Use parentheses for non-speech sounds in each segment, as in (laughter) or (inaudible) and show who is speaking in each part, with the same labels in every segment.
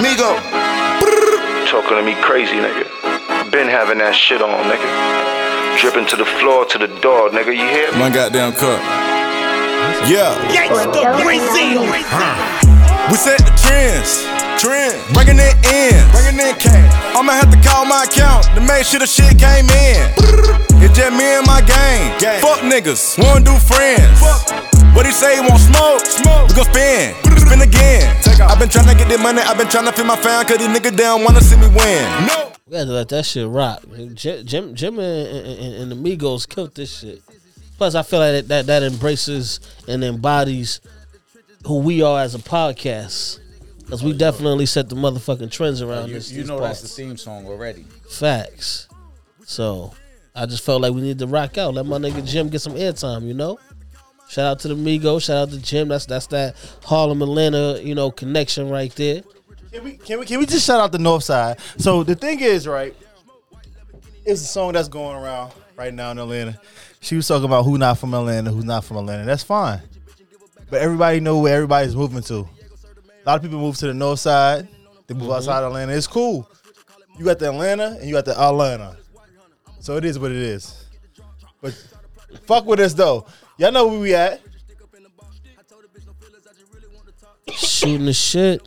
Speaker 1: Migo.
Speaker 2: Talking to me crazy, nigga. Been having that shit on, nigga. Dripping to the floor, to the door, nigga. You hear me?
Speaker 1: One goddamn cup. Yeah.
Speaker 3: Gangsta Brazil.
Speaker 1: We set the trends. Trend. Bringing it in. Bringing in cash. I'ma have to call my account to make sure the shit came in. It's just me and my gang. Fuck niggas. Wanna do friends. What he say? He want smoke? Smoke. We gon' spin. Spin again. I've been tryna get this money. I've been tryna feed my fan. Cause these niggas down wanna see me win. No.
Speaker 4: We had to let that shit rock. man. Jim, Jim, Jim and, and, and the Migos killed this shit. Plus, I feel like that, that that embraces and embodies who we are as a podcast, because we definitely set the motherfucking trends around
Speaker 5: Oh, You,
Speaker 4: this.
Speaker 5: you
Speaker 4: these
Speaker 5: know that's
Speaker 4: parts.
Speaker 5: the theme song already.
Speaker 4: Facts. So I just felt like we need to rock out. Let my nigga Jim get some airtime, you know? Shout out to the Migo, shout out to Jim. That's that's that Harlem Atlanta, you know, connection right there.
Speaker 6: Can we, can we can we just shout out the North Side? So the thing is, right? It's a song that's going around right now in Atlanta. She was talking about who not from Atlanta, who's not from Atlanta. That's fine, but everybody know where everybody's moving to. A lot of people move to the North Side. They move outside Atlanta. It's cool. You got the Atlanta and you got the Atlanta. So it is what it is. But fuck with us though. Y'all know where we at.
Speaker 4: Shooting the shit.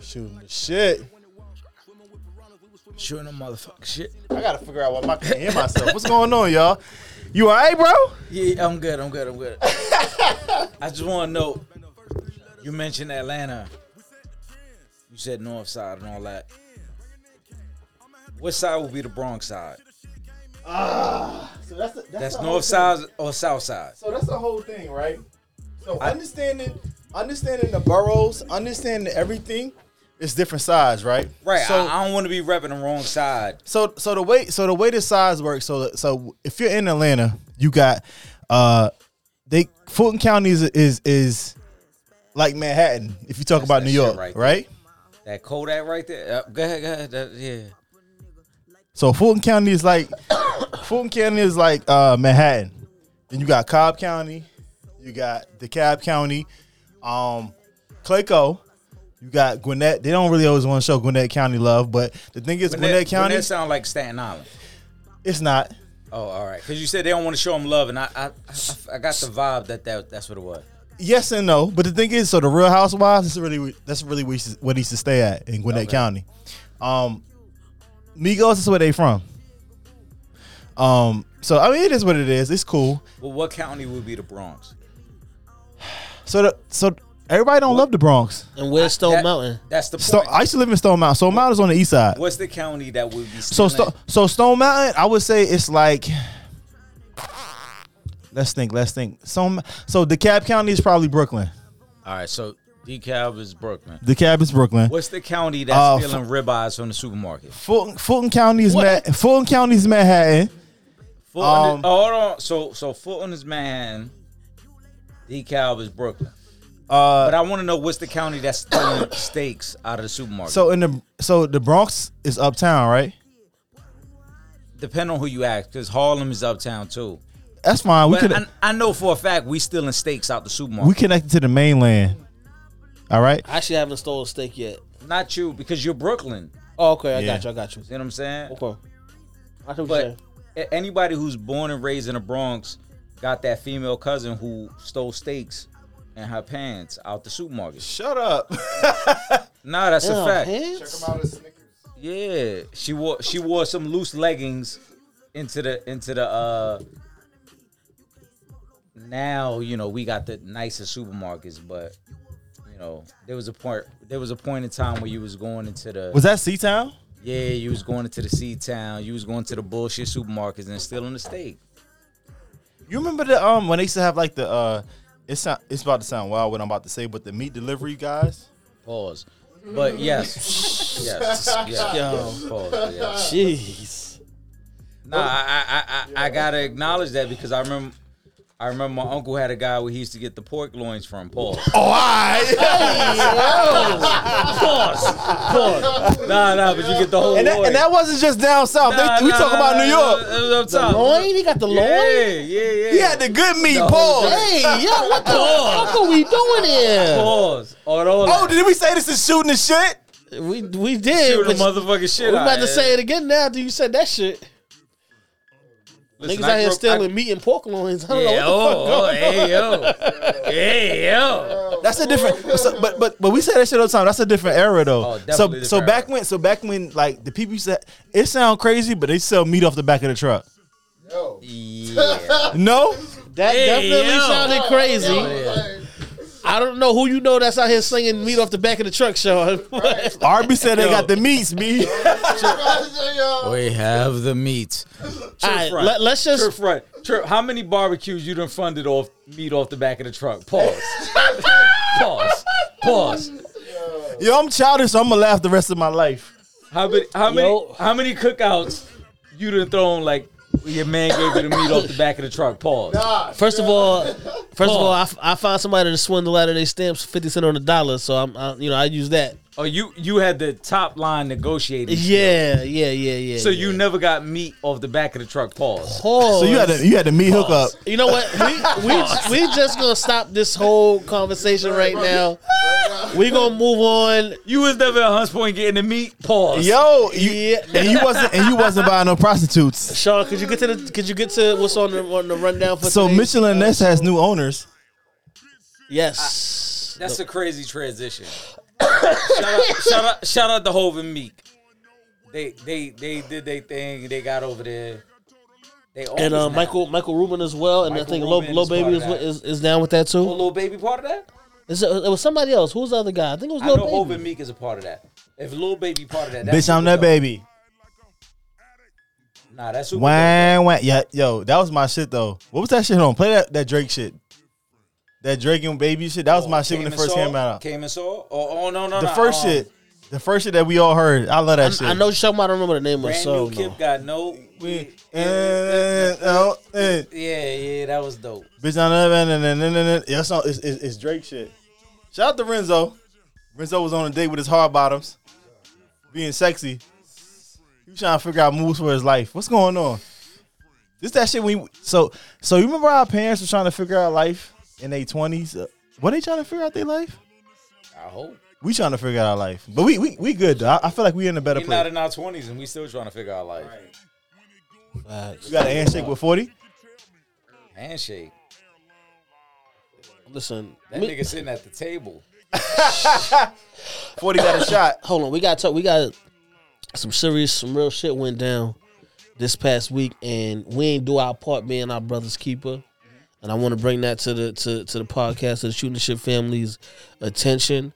Speaker 6: Shooting the shit.
Speaker 5: Shooting a motherfucker shit.
Speaker 6: I gotta figure out what my can hear myself. What's going on, y'all? You alright, bro?
Speaker 5: Yeah, I'm good. I'm good. I'm good. I just want to know. You mentioned Atlanta. You said North Side and all that. Which side would be the Bronx side?
Speaker 6: So that's the,
Speaker 5: That's
Speaker 6: the
Speaker 5: North
Speaker 6: whole
Speaker 5: Side or South Side?
Speaker 6: thing. So that's the whole thing, right? So understanding, understanding the boroughs, understanding everything, is different size, right?
Speaker 5: Right.
Speaker 6: So
Speaker 5: I, I don't want to be repping the wrong side.
Speaker 6: so so the way so the way the size works. So so if you're in Atlanta, you got uh, they Fulton County is is, is like Manhattan. If you talk
Speaker 5: That's
Speaker 6: about
Speaker 5: that
Speaker 6: New
Speaker 5: shit
Speaker 6: York,
Speaker 5: right there.
Speaker 6: right?
Speaker 5: That Kodak right there. Uh, go ahead. Go ahead. That- yeah.
Speaker 6: So Fulton County is like (coughs) Fulton County is like uh, Manhattan. Then you got Cobb County, you got DeKalb County, um, Clayco, you got Gwinnett. They don't really always want to show Gwinnett County love, but the thing is Gwinnett, County,
Speaker 5: Gwinnett sound like Staten Island.
Speaker 6: it's not.
Speaker 5: Oh, all right. Because you said they don't want to show them love, and I, I, I, I got the vibe that, that that's what it was.
Speaker 6: Yes and no, but the thing is, so the Real Housewives is really that's really where he used to- what he used to stay at in Gwinnett County. Um, Migos is where they from. Um, so I mean, it is what it is. It's cool.
Speaker 5: Well, what county would be the Bronx?
Speaker 6: So the so everybody don't love the Bronx.
Speaker 4: And where's Stone
Speaker 5: That-
Speaker 4: Mountain?
Speaker 5: That's the point.
Speaker 6: Sto- I used to live in Stone Mountain. Stone Mountain's on the east side.
Speaker 5: What's the county that would be
Speaker 6: So,
Speaker 5: stealing?
Speaker 6: Sto- so Stone Mountain, I would say it's like. Let's think. Let's think. So, so DeKalb County is probably Brooklyn.
Speaker 5: all right. So DeKalb is Brooklyn.
Speaker 6: DeKalb is Brooklyn.
Speaker 5: What's the county that's
Speaker 6: Uh,
Speaker 5: stealing ribeyes from the supermarket?
Speaker 6: Fulton, Fulton County is Ma- Fulton County is Manhattan.
Speaker 5: Fulton.
Speaker 6: Um,
Speaker 5: is, oh, hold on. So so Fulton is Manhattan. DeKalb is Brooklyn.
Speaker 6: Uh,
Speaker 5: But I want to know what's the county that's stealing (coughs) steaks out of the supermarket. So
Speaker 6: so in the so the Bronx is uptown, right?
Speaker 5: depend on who you ask, because Harlem is uptown too.
Speaker 6: That's fine. We
Speaker 5: But
Speaker 6: could
Speaker 5: I, I know for a fact we stealing steaks out the supermarket.
Speaker 6: we connected to the mainland. All right.
Speaker 4: I actually haven't stole a steak yet.
Speaker 5: Not you, because you're Brooklyn.
Speaker 4: Oh, okay, I
Speaker 6: Yeah.
Speaker 4: got you, I got you.
Speaker 5: You know what I'm saying?
Speaker 4: Okay. I can
Speaker 5: But a- anybody who's born and raised in the Bronx got that female cousin who stole steaks and her pants out the supermarket.
Speaker 6: Shut up.
Speaker 5: Nah, that's a fact.
Speaker 4: hands?
Speaker 5: Yeah, she wore she wore some loose leggings into the into the. uh Now you know we got the nicest supermarkets, but you know there was a point there was a point in time where you was going into the
Speaker 6: Was that Sea Town?
Speaker 5: yeah you was going into the sea town you was going to the bullshit supermarkets and stealing the steak.
Speaker 6: You remember the um when they used to have like the uh it's sound, it's about to sound wild what I'm about to say, but the meat delivery guys.
Speaker 5: Pause. But yes, yes, yes.
Speaker 4: Yo.
Speaker 5: Pause, yes.
Speaker 4: Jeez.
Speaker 5: Nah, I, I, I, I gotta acknowledge that because I remember, I remember my uncle had a guy where he used to get the pork loins from. Paul.
Speaker 6: Oh, all
Speaker 5: (laughs)
Speaker 6: right.
Speaker 5: Pause. Pause. Nah, nah, but you get the whole.
Speaker 6: and, that,
Speaker 5: loin.
Speaker 6: and that wasn't just down south. They-
Speaker 5: Nah,
Speaker 6: we
Speaker 5: nah,
Speaker 6: talk
Speaker 5: nah,
Speaker 6: about
Speaker 5: nah,
Speaker 6: New
Speaker 5: nah,
Speaker 6: York.
Speaker 5: nah, nah, I'm talking-
Speaker 4: Loin? He got the loin?
Speaker 5: Yeah, yeah, yeah.
Speaker 6: He had the good meat,
Speaker 5: The whole
Speaker 6: Paul.
Speaker 4: Hey, yo, what the fuck are we doing here?
Speaker 5: Pause. On all
Speaker 6: Oh,
Speaker 5: that.
Speaker 6: did we say this is shooting the shit?
Speaker 4: We we did.
Speaker 5: Shoot a
Speaker 4: but
Speaker 5: motherfucking shit.
Speaker 4: we
Speaker 5: out
Speaker 4: about to
Speaker 5: here.
Speaker 4: say it again now after you said that shit.
Speaker 5: Listen,
Speaker 4: Niggas
Speaker 5: I
Speaker 4: out here
Speaker 5: grew-
Speaker 4: stealing
Speaker 5: I-
Speaker 4: meat and pork loins. I don't
Speaker 5: Yeah,
Speaker 4: know what the fuck
Speaker 5: oh, oh, hey, yo.
Speaker 6: (laughs)
Speaker 5: Hey, yo.
Speaker 6: That's a different. so- but but but we say that shit all the time. That's a different era
Speaker 5: Oh,
Speaker 6: though.
Speaker 5: definitely
Speaker 6: so
Speaker 5: different
Speaker 6: so back
Speaker 5: era.
Speaker 6: when so back when like the people said it sound crazy, but they sell meat off the back of the truck.
Speaker 5: Yeah.
Speaker 6: No,
Speaker 4: That
Speaker 5: Hey,
Speaker 4: definitely
Speaker 5: yo.
Speaker 4: sounded crazy. I don't know who you know that's out here slinging meat off the back of the truck, Sean. (laughs)
Speaker 6: Arby said they got the meats, me.
Speaker 5: We have the meat.
Speaker 4: All right, let, us just
Speaker 5: Trip front. Trip, how many barbecues you done funded off meat off the back of the truck?
Speaker 4: (laughs)
Speaker 5: Pause. Pause. Pause.
Speaker 6: Yo, I'm childish. so I'm gonna laugh the rest of my life.
Speaker 5: How many how many
Speaker 4: Yo.
Speaker 5: how many cookouts you done thrown like your man gave you the meat off the back of the truck? Pause.
Speaker 4: first of all, first of all, I, f- I found somebody to swindle out of their stamps fifty cent on the dollar, so I'm I, you know I use that.
Speaker 5: Oh, you you had the top line negotiated.
Speaker 4: Yeah, yeah, yeah, yeah.
Speaker 5: So
Speaker 4: yeah.
Speaker 5: you never got meat off the back of the truck. Pause.
Speaker 4: pause.
Speaker 6: So you had the, you had the meat hookup.
Speaker 4: You know what? We
Speaker 6: (laughs)
Speaker 4: we we just gonna stop this whole conversation right now. We gonna move on.
Speaker 5: You was never at Hunts Point getting the meat. Pause.
Speaker 6: Yo, you,
Speaker 4: Yeah.
Speaker 6: and you wasn't and you wasn't buying no prostitutes.
Speaker 4: Sean, could you get to the could you get to what's on the on the rundown for
Speaker 6: So
Speaker 4: today?
Speaker 6: Michelin Nest has new owners.
Speaker 4: Yes.
Speaker 5: That's a crazy transition. shout, out, shout out, shout out to Hov and Meek. They they they did their thing. They got over there. They
Speaker 4: and uh,
Speaker 5: owners now.
Speaker 4: Michael Michael Rubin as well, and I
Speaker 5: Michael
Speaker 4: think Lil
Speaker 5: Rubin
Speaker 4: Lil
Speaker 5: is part
Speaker 4: Baby
Speaker 5: of
Speaker 4: is,
Speaker 5: that.
Speaker 4: is is down with that
Speaker 5: Oh,
Speaker 4: too.
Speaker 5: Lil Baby part of that.
Speaker 4: Is it, it was somebody else. Who was the other guy? I think it was
Speaker 5: I know
Speaker 4: Lil
Speaker 5: Hov
Speaker 4: Baby.
Speaker 5: and Meek is a part of that. If Lil Baby part of that, that's
Speaker 6: Bitch, I'm
Speaker 5: Super
Speaker 6: that
Speaker 5: Dope.
Speaker 6: baby.
Speaker 5: Nah, that's super
Speaker 6: Wah,
Speaker 5: dope.
Speaker 6: wah. Yeah, yo, that was my shit though. What was that shit on? Play that, that Drake shit. That Drake and baby shit. That was my shit when it
Speaker 5: Came and
Speaker 6: first
Speaker 5: saw,
Speaker 6: came out.
Speaker 5: Came and saw. Oh, oh no no
Speaker 6: The
Speaker 5: no,
Speaker 6: first
Speaker 5: um,
Speaker 6: shit. The first shit that we all heard. I love that shit.
Speaker 4: I know you're talking about. I don't remember the name of the
Speaker 5: Brand
Speaker 4: song.
Speaker 5: new
Speaker 4: though.
Speaker 5: Kip got no.
Speaker 6: We- eh, oh, eh.
Speaker 5: Yeah yeah, that was dope.
Speaker 6: Bitch, I'm that man, and- and- and- and- yeah, it's on- it's- it's it's Drake shit. Shout out to Renzo. Renzo was on a date with his hard bottoms, being sexy. He trying to figure out moves for his life. What's going on? This that shit we so so you remember our parents were trying to figure out life in their twenties. Uh, Were they trying to figure out their life?
Speaker 5: I hope.
Speaker 6: We trying to figure out our life, but we we, we good. Though. I, I feel like we in a better
Speaker 5: We're not
Speaker 6: place.
Speaker 5: in our twenties and we still trying to figure out life.
Speaker 4: Facts.
Speaker 6: You got a handshake with forty.
Speaker 5: Handshake.
Speaker 4: Listen,
Speaker 5: That
Speaker 4: me-
Speaker 5: nigga sitting at the table.
Speaker 6: Forty got a shot.
Speaker 4: hold on. We got to talk. We got some serious, some real shit went down this past week, and we ain't do our part being our brother's keeper. And I want to bring that to the to, to the podcast, to the shooting the shit family's attention.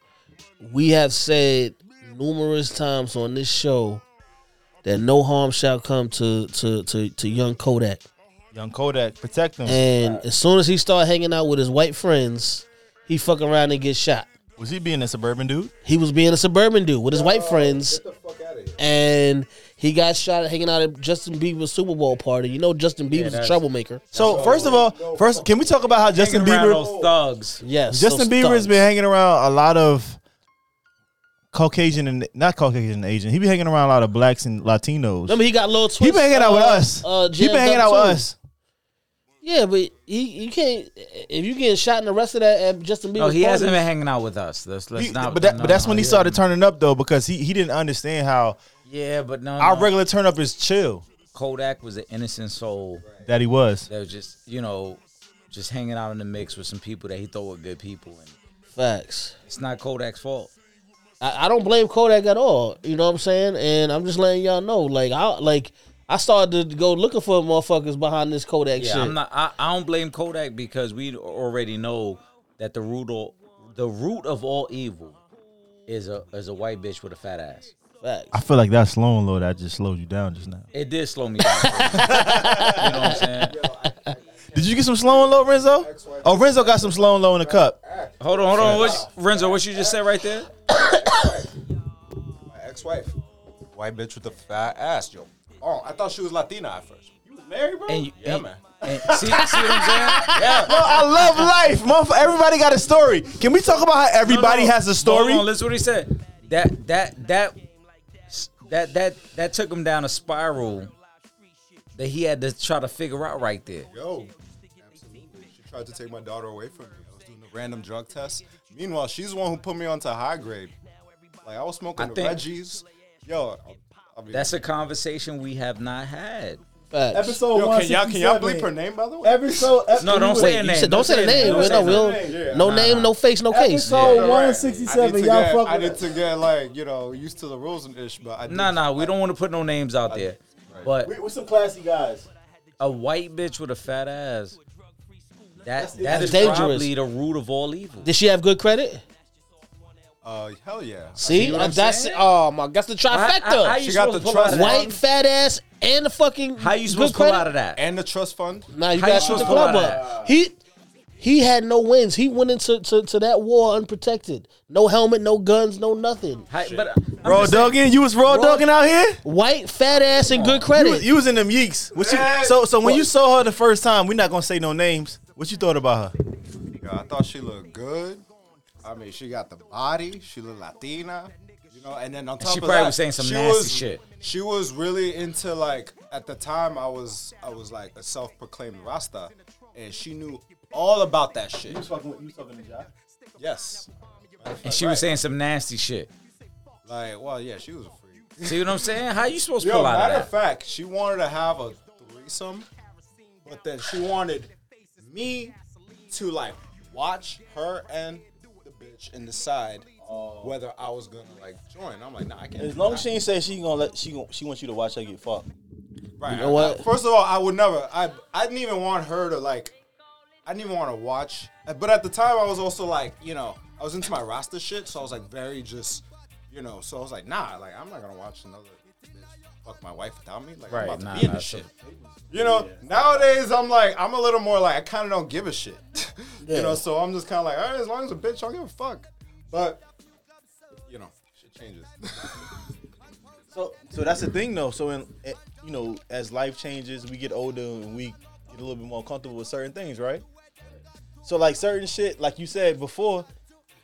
Speaker 4: We have said numerous times on this show that no harm shall come to to to, to young Kodak.
Speaker 6: Young Kodak, protect him.
Speaker 4: And as soon as he started hanging out with his white friends, he fuck around and get shot.
Speaker 6: Was he being a suburban dude?
Speaker 4: He was being a suburban dude with his white friends, and he got shot hanging out at Justin Bieber's Super Bowl party. You know Justin Bieber's a
Speaker 5: that's-
Speaker 4: troublemaker.
Speaker 6: So first of all, first can we talk about how Justin
Speaker 5: Hanging around
Speaker 6: Bieber?
Speaker 5: those thugs.
Speaker 4: Yes,
Speaker 6: Justin
Speaker 4: those
Speaker 6: Bieber has
Speaker 4: thugs.
Speaker 6: been hanging around a lot of Caucasian and not Caucasian and Asian. He been hanging around a lot of blacks and Latinos.
Speaker 4: Remember, he got little.
Speaker 6: he
Speaker 4: Twist,
Speaker 6: been hanging out with
Speaker 4: uh,
Speaker 6: us.
Speaker 4: Uh,
Speaker 6: he been
Speaker 4: jammed
Speaker 6: hanging
Speaker 4: up
Speaker 6: out with
Speaker 4: too.
Speaker 6: us.
Speaker 4: Yeah, but he you can't if you getting shot and arrested at, at Justin Bieber's
Speaker 5: No, Oh, he
Speaker 4: party,
Speaker 5: hasn't been hanging out with us. Let's, let's
Speaker 6: He-
Speaker 5: not.
Speaker 6: but that,
Speaker 5: no,
Speaker 6: but that's
Speaker 5: no,
Speaker 6: when he
Speaker 5: yeah.
Speaker 6: started turning up though because he, he didn't understand how
Speaker 5: Yeah, but no,
Speaker 6: our
Speaker 5: no.
Speaker 6: regular turn up is chill
Speaker 5: Kodak was an innocent soul
Speaker 6: that he was.
Speaker 5: that was just you know just hanging out in the mix with some people that he thought were good people, and
Speaker 4: Facts.
Speaker 5: it's not Kodak's fault.
Speaker 4: I, I don't blame Kodak at all. You know what I'm saying? And I'm just letting y'all know, like I like I started to go looking for motherfuckers behind this Kodak
Speaker 5: Yeah,
Speaker 4: shit.
Speaker 5: I'm not. I, I don't blame Kodak because we already know that the root of the root of all evil is a is a white bitch with a fat ass.
Speaker 4: Facts.
Speaker 6: I feel like that slow and low that just slowed you down just now.
Speaker 5: It did slow me down. (laughs) you know what I'm saying?
Speaker 6: Did you get some slow and low, Renzo? Oh, Renzo got some slow and low in the cup.
Speaker 5: Hold on, hold on. What's, Renzo, what you just said right there?
Speaker 7: ex-wife. White bitch with a fat ass, yo. Oh, I thought she was Latina at first. You
Speaker 6: married, bro?
Speaker 5: And you,
Speaker 7: Yeah,
Speaker 5: and-
Speaker 7: man.
Speaker 5: and- see, see what I'm saying? Yeah.
Speaker 6: Bro, (laughs) I love life. Motherf- everybody got a story. Can we talk about how everybody
Speaker 5: No, no.
Speaker 6: has a story?
Speaker 5: Hold on, listen what he said. That that that that that that took him down a spiral that he had to try to figure out right there.
Speaker 8: Yo, absolutely. She tried to take my daughter away from me. I was doing a random drug test. Meanwhile, she's the one who put me onto high grade. Like I was smoking
Speaker 5: I
Speaker 8: the
Speaker 5: think-
Speaker 8: Reggie's. Yo, I'll, I'll be
Speaker 5: That's a conversation we have not had.
Speaker 4: Facts.
Speaker 6: Episode
Speaker 8: Yo, can y'all can y'all
Speaker 6: 167.
Speaker 8: bleep her name by the way?
Speaker 6: Episode.
Speaker 5: No, don't say
Speaker 4: Wait,
Speaker 5: a
Speaker 4: you
Speaker 5: name.
Speaker 4: said, don't say the name.
Speaker 5: Don't
Speaker 4: man.
Speaker 5: say
Speaker 4: No,
Speaker 5: the
Speaker 4: we don't-
Speaker 8: name. Yeah.
Speaker 4: no name, no face, no case.
Speaker 6: Episode
Speaker 8: Right. I
Speaker 6: 167.
Speaker 8: need to
Speaker 6: Y'all
Speaker 8: get-
Speaker 6: fuck
Speaker 8: I
Speaker 6: with
Speaker 8: need
Speaker 6: us.
Speaker 8: to get like you know used to the rules and ish, but I
Speaker 5: No, no, we don't want to put no names out there. But
Speaker 6: We, we're some classy guys.
Speaker 5: a white bitch with a fat ass. That that
Speaker 4: That's
Speaker 5: is
Speaker 4: dangerous.
Speaker 5: probably the root of all evil.
Speaker 4: Did she have good credit?
Speaker 8: Uh, hell yeah.
Speaker 4: See,
Speaker 5: what I'm
Speaker 4: that's
Speaker 5: saying?
Speaker 4: oh my, that's the trifecta.
Speaker 5: how you
Speaker 8: She got
Speaker 5: supposed
Speaker 8: the
Speaker 5: to pull out
Speaker 8: trust
Speaker 5: of that?
Speaker 4: White fat ass and the fucking
Speaker 5: How you
Speaker 4: good
Speaker 5: supposed to pull
Speaker 4: credit?
Speaker 5: out of that?
Speaker 8: And the trust fund.
Speaker 4: Nah, you
Speaker 5: How you
Speaker 4: got to shoot
Speaker 5: supposed
Speaker 4: the
Speaker 5: to pull
Speaker 4: club
Speaker 5: out of
Speaker 4: up. He he had no wins. He went into to, to that war unprotected. No helmet, no guns, no nothing.
Speaker 5: How- but I'm
Speaker 6: Raw
Speaker 5: just saying-
Speaker 6: Duggan, you was raw, Duggan out here.
Speaker 4: White fat ass and good
Speaker 6: You,
Speaker 4: credit.
Speaker 6: was- you was in them yeeks. What you, so so when you saw her the first time, we're not gonna say no names. What you thought about her?
Speaker 8: Yo, I thought she looked good. I mean, she got the body. She looked Latina. You know, and then on top
Speaker 5: she
Speaker 8: of
Speaker 5: probably
Speaker 8: that,
Speaker 5: was saying some
Speaker 8: she
Speaker 5: nasty
Speaker 8: was-
Speaker 5: shit.
Speaker 8: She was really into like at the time I was I was like a self-proclaimed Rasta, and she knew all about that shit. Yes,
Speaker 5: And she was saying some nasty shit.
Speaker 8: like well, yeah, she was a freak.
Speaker 5: See what I'm saying? How you supposed to
Speaker 8: Yo,
Speaker 5: pull out
Speaker 8: matter
Speaker 5: of
Speaker 8: of
Speaker 5: that?
Speaker 8: fact, she wanted to have a threesome, but then she wanted me to like watch her and the bitch and decide whether I was gonna like join. I'm like, nah, I can't.
Speaker 6: Oh. As
Speaker 8: do
Speaker 6: long
Speaker 8: that.
Speaker 6: as she ain't say she gonna let she gon' she wants you to watch her get fucked.
Speaker 8: right,
Speaker 4: know what?
Speaker 8: I- first of all, I would never. I I didn't even want her to like. I didn't even want to watch. But at the time, I was also like, you know, I was into my roster shit, so I was like very just, you know. So I was like, nah, like I'm not gonna watch another. bitch Fuck my wife without me, like
Speaker 5: Right,
Speaker 8: I'm about to
Speaker 5: nah,
Speaker 8: be in
Speaker 5: nah,
Speaker 8: this
Speaker 5: so-
Speaker 8: shit. You know, nowadays I'm like, I'm a little more like, I kind of don't give a shit. (laughs) You know, so I'm just kind of like, all right, as long as a bitch, I don't give a fuck. But, you know, shit changes. (laughs)
Speaker 6: So so that's the thing though. So in eh, you know as life changes, we get older and we get a little bit more comfortable with certain things, right? So like certain shit, like you said before,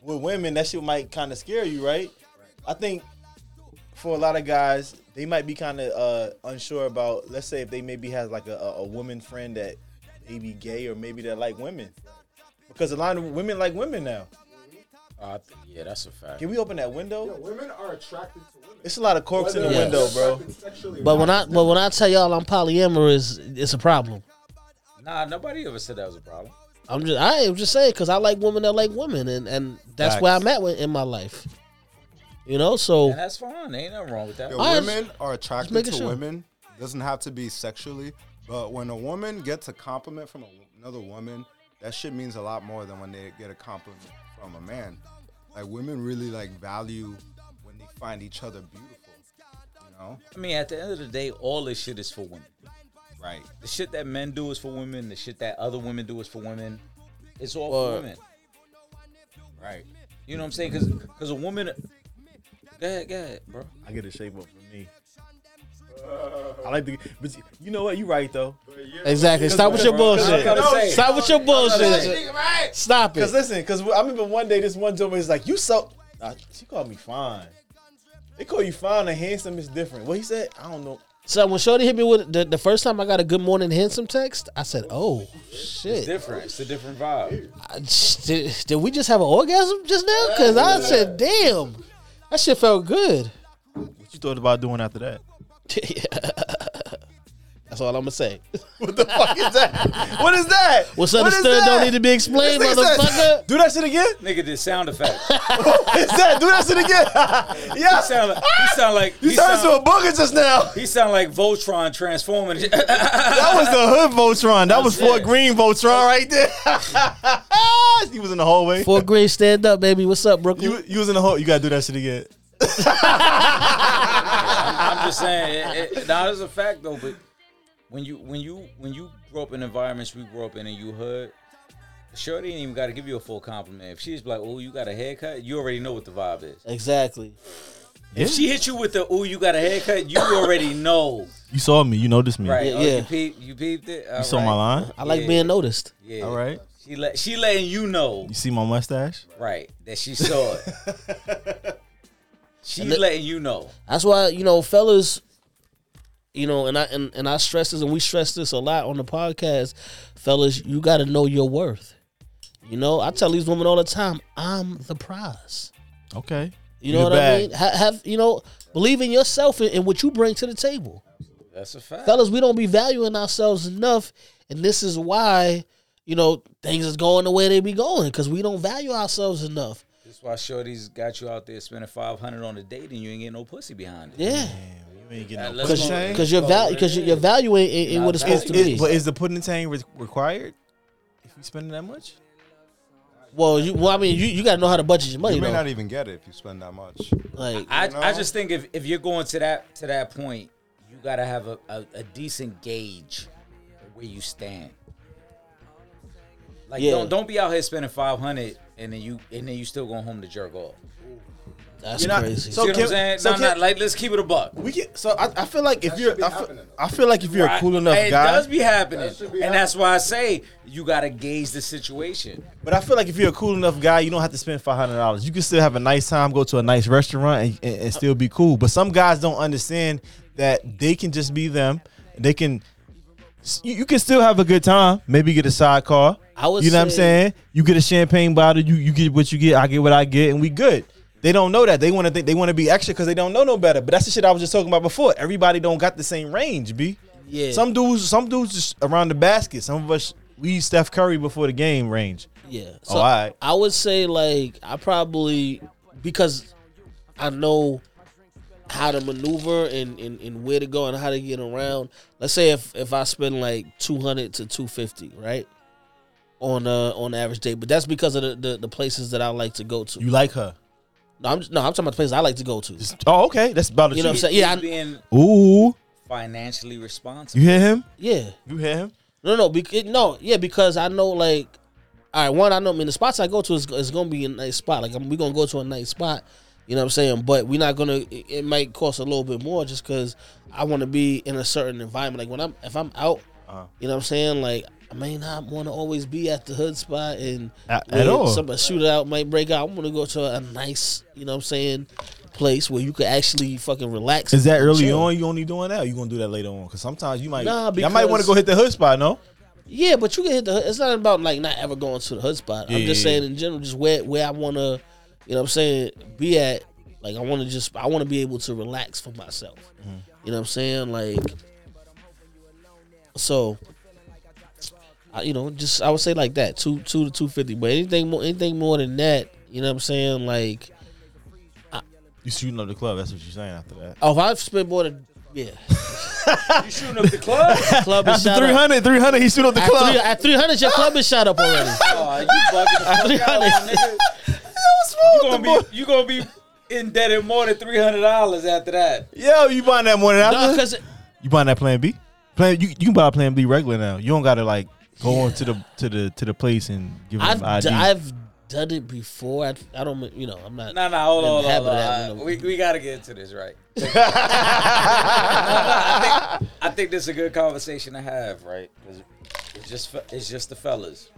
Speaker 6: with women that shit might kind of scare you, right? I think for a lot of guys, they might be kind of uh, unsure about. Let's say if they maybe has like a, a a woman friend that maybe gay or maybe that like women, because a lot of women like women now.
Speaker 5: Uh, yeah, that's a fact.
Speaker 6: Can we open that window?
Speaker 8: women are attracted to women.
Speaker 6: It's a lot of corks in the
Speaker 4: Yes.
Speaker 6: window, bro.
Speaker 4: but when I but when I tell y'all I'm polyamorous, it's a problem.
Speaker 5: Nah, nobody ever said that was a problem.
Speaker 4: I'm just I am just saying because I like women that like women, and and that's where I'm at with, in my life. You know, so
Speaker 5: And that's fine. Ain't nothing wrong with that.
Speaker 8: Yo,
Speaker 4: I just-
Speaker 8: women are attracted
Speaker 4: making
Speaker 8: to
Speaker 4: sure.
Speaker 8: women. Doesn't have to be sexually, but when a woman gets a compliment from a, another woman, that shit means a lot more than when they get a compliment from a man. Like women really like value when they find each other beautiful. You know,
Speaker 5: I mean, at the end of the day, all this shit is for women.
Speaker 8: right?
Speaker 5: The shit that men do is for women. The shit that other women do is for women. It's all for women.
Speaker 8: Right.
Speaker 5: You know what I'm saying? Because because a woman. Go ahead, go ahead, bro.
Speaker 6: I get a shape up for me. I like to, but you- you know what? You right though.
Speaker 4: exactly, stop with your
Speaker 5: I'm
Speaker 4: bullshit.
Speaker 5: gonna say-
Speaker 4: Stop with your bullshit.
Speaker 8: Right.
Speaker 4: Stop
Speaker 6: Cause
Speaker 4: it.
Speaker 6: listen, cause I remember one day this one gentleman was like, "You so," Nah, she called me fine. They call you fine and handsome is different. What he said, I don't know.
Speaker 4: So when Shorty hit me with the, the first time I got a good morning handsome text, I said, "Oh shit."
Speaker 5: Different. It's a different vibe.
Speaker 4: Did, did we just have an orgasm just now? Because I said, damn, that shit felt good. (laughs)
Speaker 6: What you thought about doing after that?
Speaker 4: That's all I'm going to say.
Speaker 6: (laughs) What the fuck is that? What is that?
Speaker 4: What's understood don't need to be explained, motherfucker.
Speaker 6: (laughs) Do that shit again.
Speaker 5: Nigga did sound effect.
Speaker 6: What is that? Do that shit again. (laughs) yeah.
Speaker 5: He sound like he sound like (laughs)
Speaker 6: you
Speaker 5: he
Speaker 6: turned
Speaker 5: sound,
Speaker 6: into a booger just now.
Speaker 5: he sound like Voltron transforming.
Speaker 6: (laughs)
Speaker 5: (laughs)
Speaker 6: That was the hood Voltron. That was
Speaker 5: That's
Speaker 6: Fort
Speaker 5: it.
Speaker 6: Green Voltron right (laughs) there. he was in the hallway.
Speaker 4: Fort Green, stand up, baby. What's up, Brooklyn?
Speaker 6: You, you was in the hole. You gotta do that shit again.
Speaker 5: I'm just saying. It, it, nah, that's a fact though. But when you when you when you grow up in environments we grew up in and you hood, Shorty ain't even got to give you a full compliment. If she's like, "Oh, you got a haircut," you already know what the vibe is.
Speaker 4: exactly.
Speaker 5: If she hit you with the ooh, you got a haircut, you already know.
Speaker 6: You saw me. You noticed me.
Speaker 5: Right.
Speaker 4: Yeah,
Speaker 5: oh,
Speaker 4: yeah.
Speaker 5: You peeped you peeped it?
Speaker 6: You saw my line.
Speaker 4: I like
Speaker 5: Yeah.
Speaker 4: being noticed.
Speaker 5: Yeah.
Speaker 6: All right.
Speaker 5: She let she letting you know,
Speaker 6: You see my mustache?
Speaker 5: right, that she saw it.
Speaker 6: (laughs)
Speaker 5: she
Speaker 4: And the-
Speaker 5: letting you know.
Speaker 4: That's why you know, fellas. You know, and I and, and I stress this, and we stress this a lot on the podcast, fellas. You got to know your worth. You know, I tell these women all the time, I'm the prize.
Speaker 6: Okay.
Speaker 4: You
Speaker 6: In
Speaker 4: know
Speaker 6: the
Speaker 4: what I
Speaker 6: bag.
Speaker 4: mean? Ha- have you know? Believe in yourself and, and what you bring to the table,
Speaker 5: That's a fact.
Speaker 4: fellas. We don't be valuing ourselves enough, and this is why you know things is going the way they be going because we don't value ourselves enough.
Speaker 5: That's why Shorty's got you out there spending five hundred on a date and you ain't getting no pussy behind it.
Speaker 4: Yeah,
Speaker 6: You ain't getting
Speaker 5: Now,
Speaker 6: no
Speaker 5: let's
Speaker 4: because
Speaker 5: go-
Speaker 8: Shane?
Speaker 4: because your value because your value ain't, ain't ain't what it's
Speaker 5: Nah,
Speaker 4: supposed to be.
Speaker 6: but is the pudding tang re- required? If you spending that much?
Speaker 4: Well, you well I mean you, you got to know how to budget your money
Speaker 8: You may
Speaker 4: though.
Speaker 8: not even get it if you spend that much.
Speaker 4: like
Speaker 5: I,
Speaker 8: You
Speaker 5: I
Speaker 8: know?
Speaker 5: just think if, if you're going to that to that point, you gotta have a, a, a decent gauge of where you stand. Like
Speaker 4: Yeah.
Speaker 5: don't don't be out here spending five hundred and then you and then you still going home to jerk off.
Speaker 4: that's
Speaker 6: You're not-
Speaker 4: crazy.
Speaker 6: so-
Speaker 5: You know what I'm
Speaker 6: can-
Speaker 5: saying?
Speaker 6: so
Speaker 5: no,
Speaker 6: can-
Speaker 5: not like let's keep it a buck.
Speaker 6: We get so I, I feel like if you're
Speaker 8: should be
Speaker 6: I feel,
Speaker 8: happening.
Speaker 6: I feel like if you're a cool enough
Speaker 5: It
Speaker 6: guy,
Speaker 5: does be happening,
Speaker 8: That should be
Speaker 5: and that's why I say you gotta gauge the situation.
Speaker 6: but I feel like if you're a cool enough guy, you don't have to spend five hundred dollars. You can still have a nice time, go to a nice restaurant, and, and, and still be cool. But some guys don't understand that they can just be them. They can you, you can still have a good time. Maybe get a sidecar.
Speaker 4: I would
Speaker 6: you know what I'm
Speaker 4: say-
Speaker 6: saying? You get a champagne bottle. You you get what you get. I get what I get, and we good. They don't know that. They want to think they want to be extra because they don't know no better. But that's the shit I was just talking about before. Everybody don't got the same range, b.
Speaker 4: Yeah.
Speaker 6: Some dudes, some dudes just around the basket. Some of us we Steph Curry before the game range.
Speaker 4: Yeah.
Speaker 6: Oh, all right.
Speaker 4: I would say like I probably because I know how to maneuver and, and, and where to go and how to get around. Let's say if, if I spend like two hundred to two fifty, right? On uh on the average day. But that's because of the, the, the places that I like to go to.
Speaker 6: You like her?
Speaker 4: no, I'm no, I'm talking about the places I like to go to.
Speaker 6: Just- oh, okay. That's about it.
Speaker 4: You know what I'm saying? Yeah,
Speaker 5: He's
Speaker 4: I-
Speaker 5: being
Speaker 6: Ooh,
Speaker 5: financially
Speaker 6: you
Speaker 5: responsible.
Speaker 6: hear him?
Speaker 4: yeah.
Speaker 6: You hear him?
Speaker 4: No, no, bec- it- no, yeah, because I know like, all right, one, I know, I mean, the spots I go to is, is gonna be a nice spot. Like, I'm, we gonna go to a nice spot, you know what I'm saying? But we're not gonna. It, it might cost a little bit more just because I want to be in a certain environment. Like when I'm, if I'm out,
Speaker 6: Uh-huh.
Speaker 4: you know what I'm saying? Like I may not want to always be at the hood spot and
Speaker 6: At-
Speaker 4: where
Speaker 6: at all.
Speaker 4: Some a shootout might break out. I want to go to a nice, you know what I'm saying, place where you could actually fucking relax.
Speaker 6: Is that
Speaker 4: and
Speaker 6: early
Speaker 4: chill.
Speaker 6: on? You only doing that? Or you gonna do that later on? Because sometimes you might.
Speaker 4: Nah,
Speaker 6: I might
Speaker 4: because-
Speaker 6: want to go hit the hood spot. No.
Speaker 4: Yeah, but you can hit the. hood. It's not about like not ever going to the hood spot. I'm
Speaker 6: Yeah,
Speaker 4: just
Speaker 6: yeah,
Speaker 4: saying in general, just where where I want to, you know, what I'm saying be at. Like I want to just I want to be able to relax for myself. You know what I'm saying? Like, so, I, you know, just I would say like that two two to two fifty. But anything more anything more than that, you know what I'm saying? Like,
Speaker 6: You shooting up the club. That's what you're saying after that.
Speaker 4: oh, if I've spent more than yeah,
Speaker 5: You shooting up the club?
Speaker 4: (laughs) club is
Speaker 6: After
Speaker 4: shot up.
Speaker 6: 300, 300, he shoot up the
Speaker 4: At,
Speaker 6: club.
Speaker 4: three, at 300, your club is shot up already. (laughs)
Speaker 5: oh, you bugging (laughs) the fuck out, my nigga. You gonna be you gonna be indebted more than three hundred dollars after that.
Speaker 6: Yo, you buying that morning after?
Speaker 4: No, because
Speaker 6: you buying that Plan B? Plan you, you can buy Plan B regular now. You don't gotta like go on to the to the to the place and give them
Speaker 4: I've,
Speaker 6: ID.
Speaker 4: d- I've done it before. I, I don't, you know, I'm not.
Speaker 5: Nah, nah, hold
Speaker 4: in the
Speaker 5: on, hold on.
Speaker 4: habit
Speaker 5: Hold
Speaker 4: of
Speaker 5: on.
Speaker 4: that, you know.
Speaker 5: We, we gotta get into this, (laughs) right? I, think, I think this is a good conversation to have, right? 'Cause it's just fe- it's just the fellas,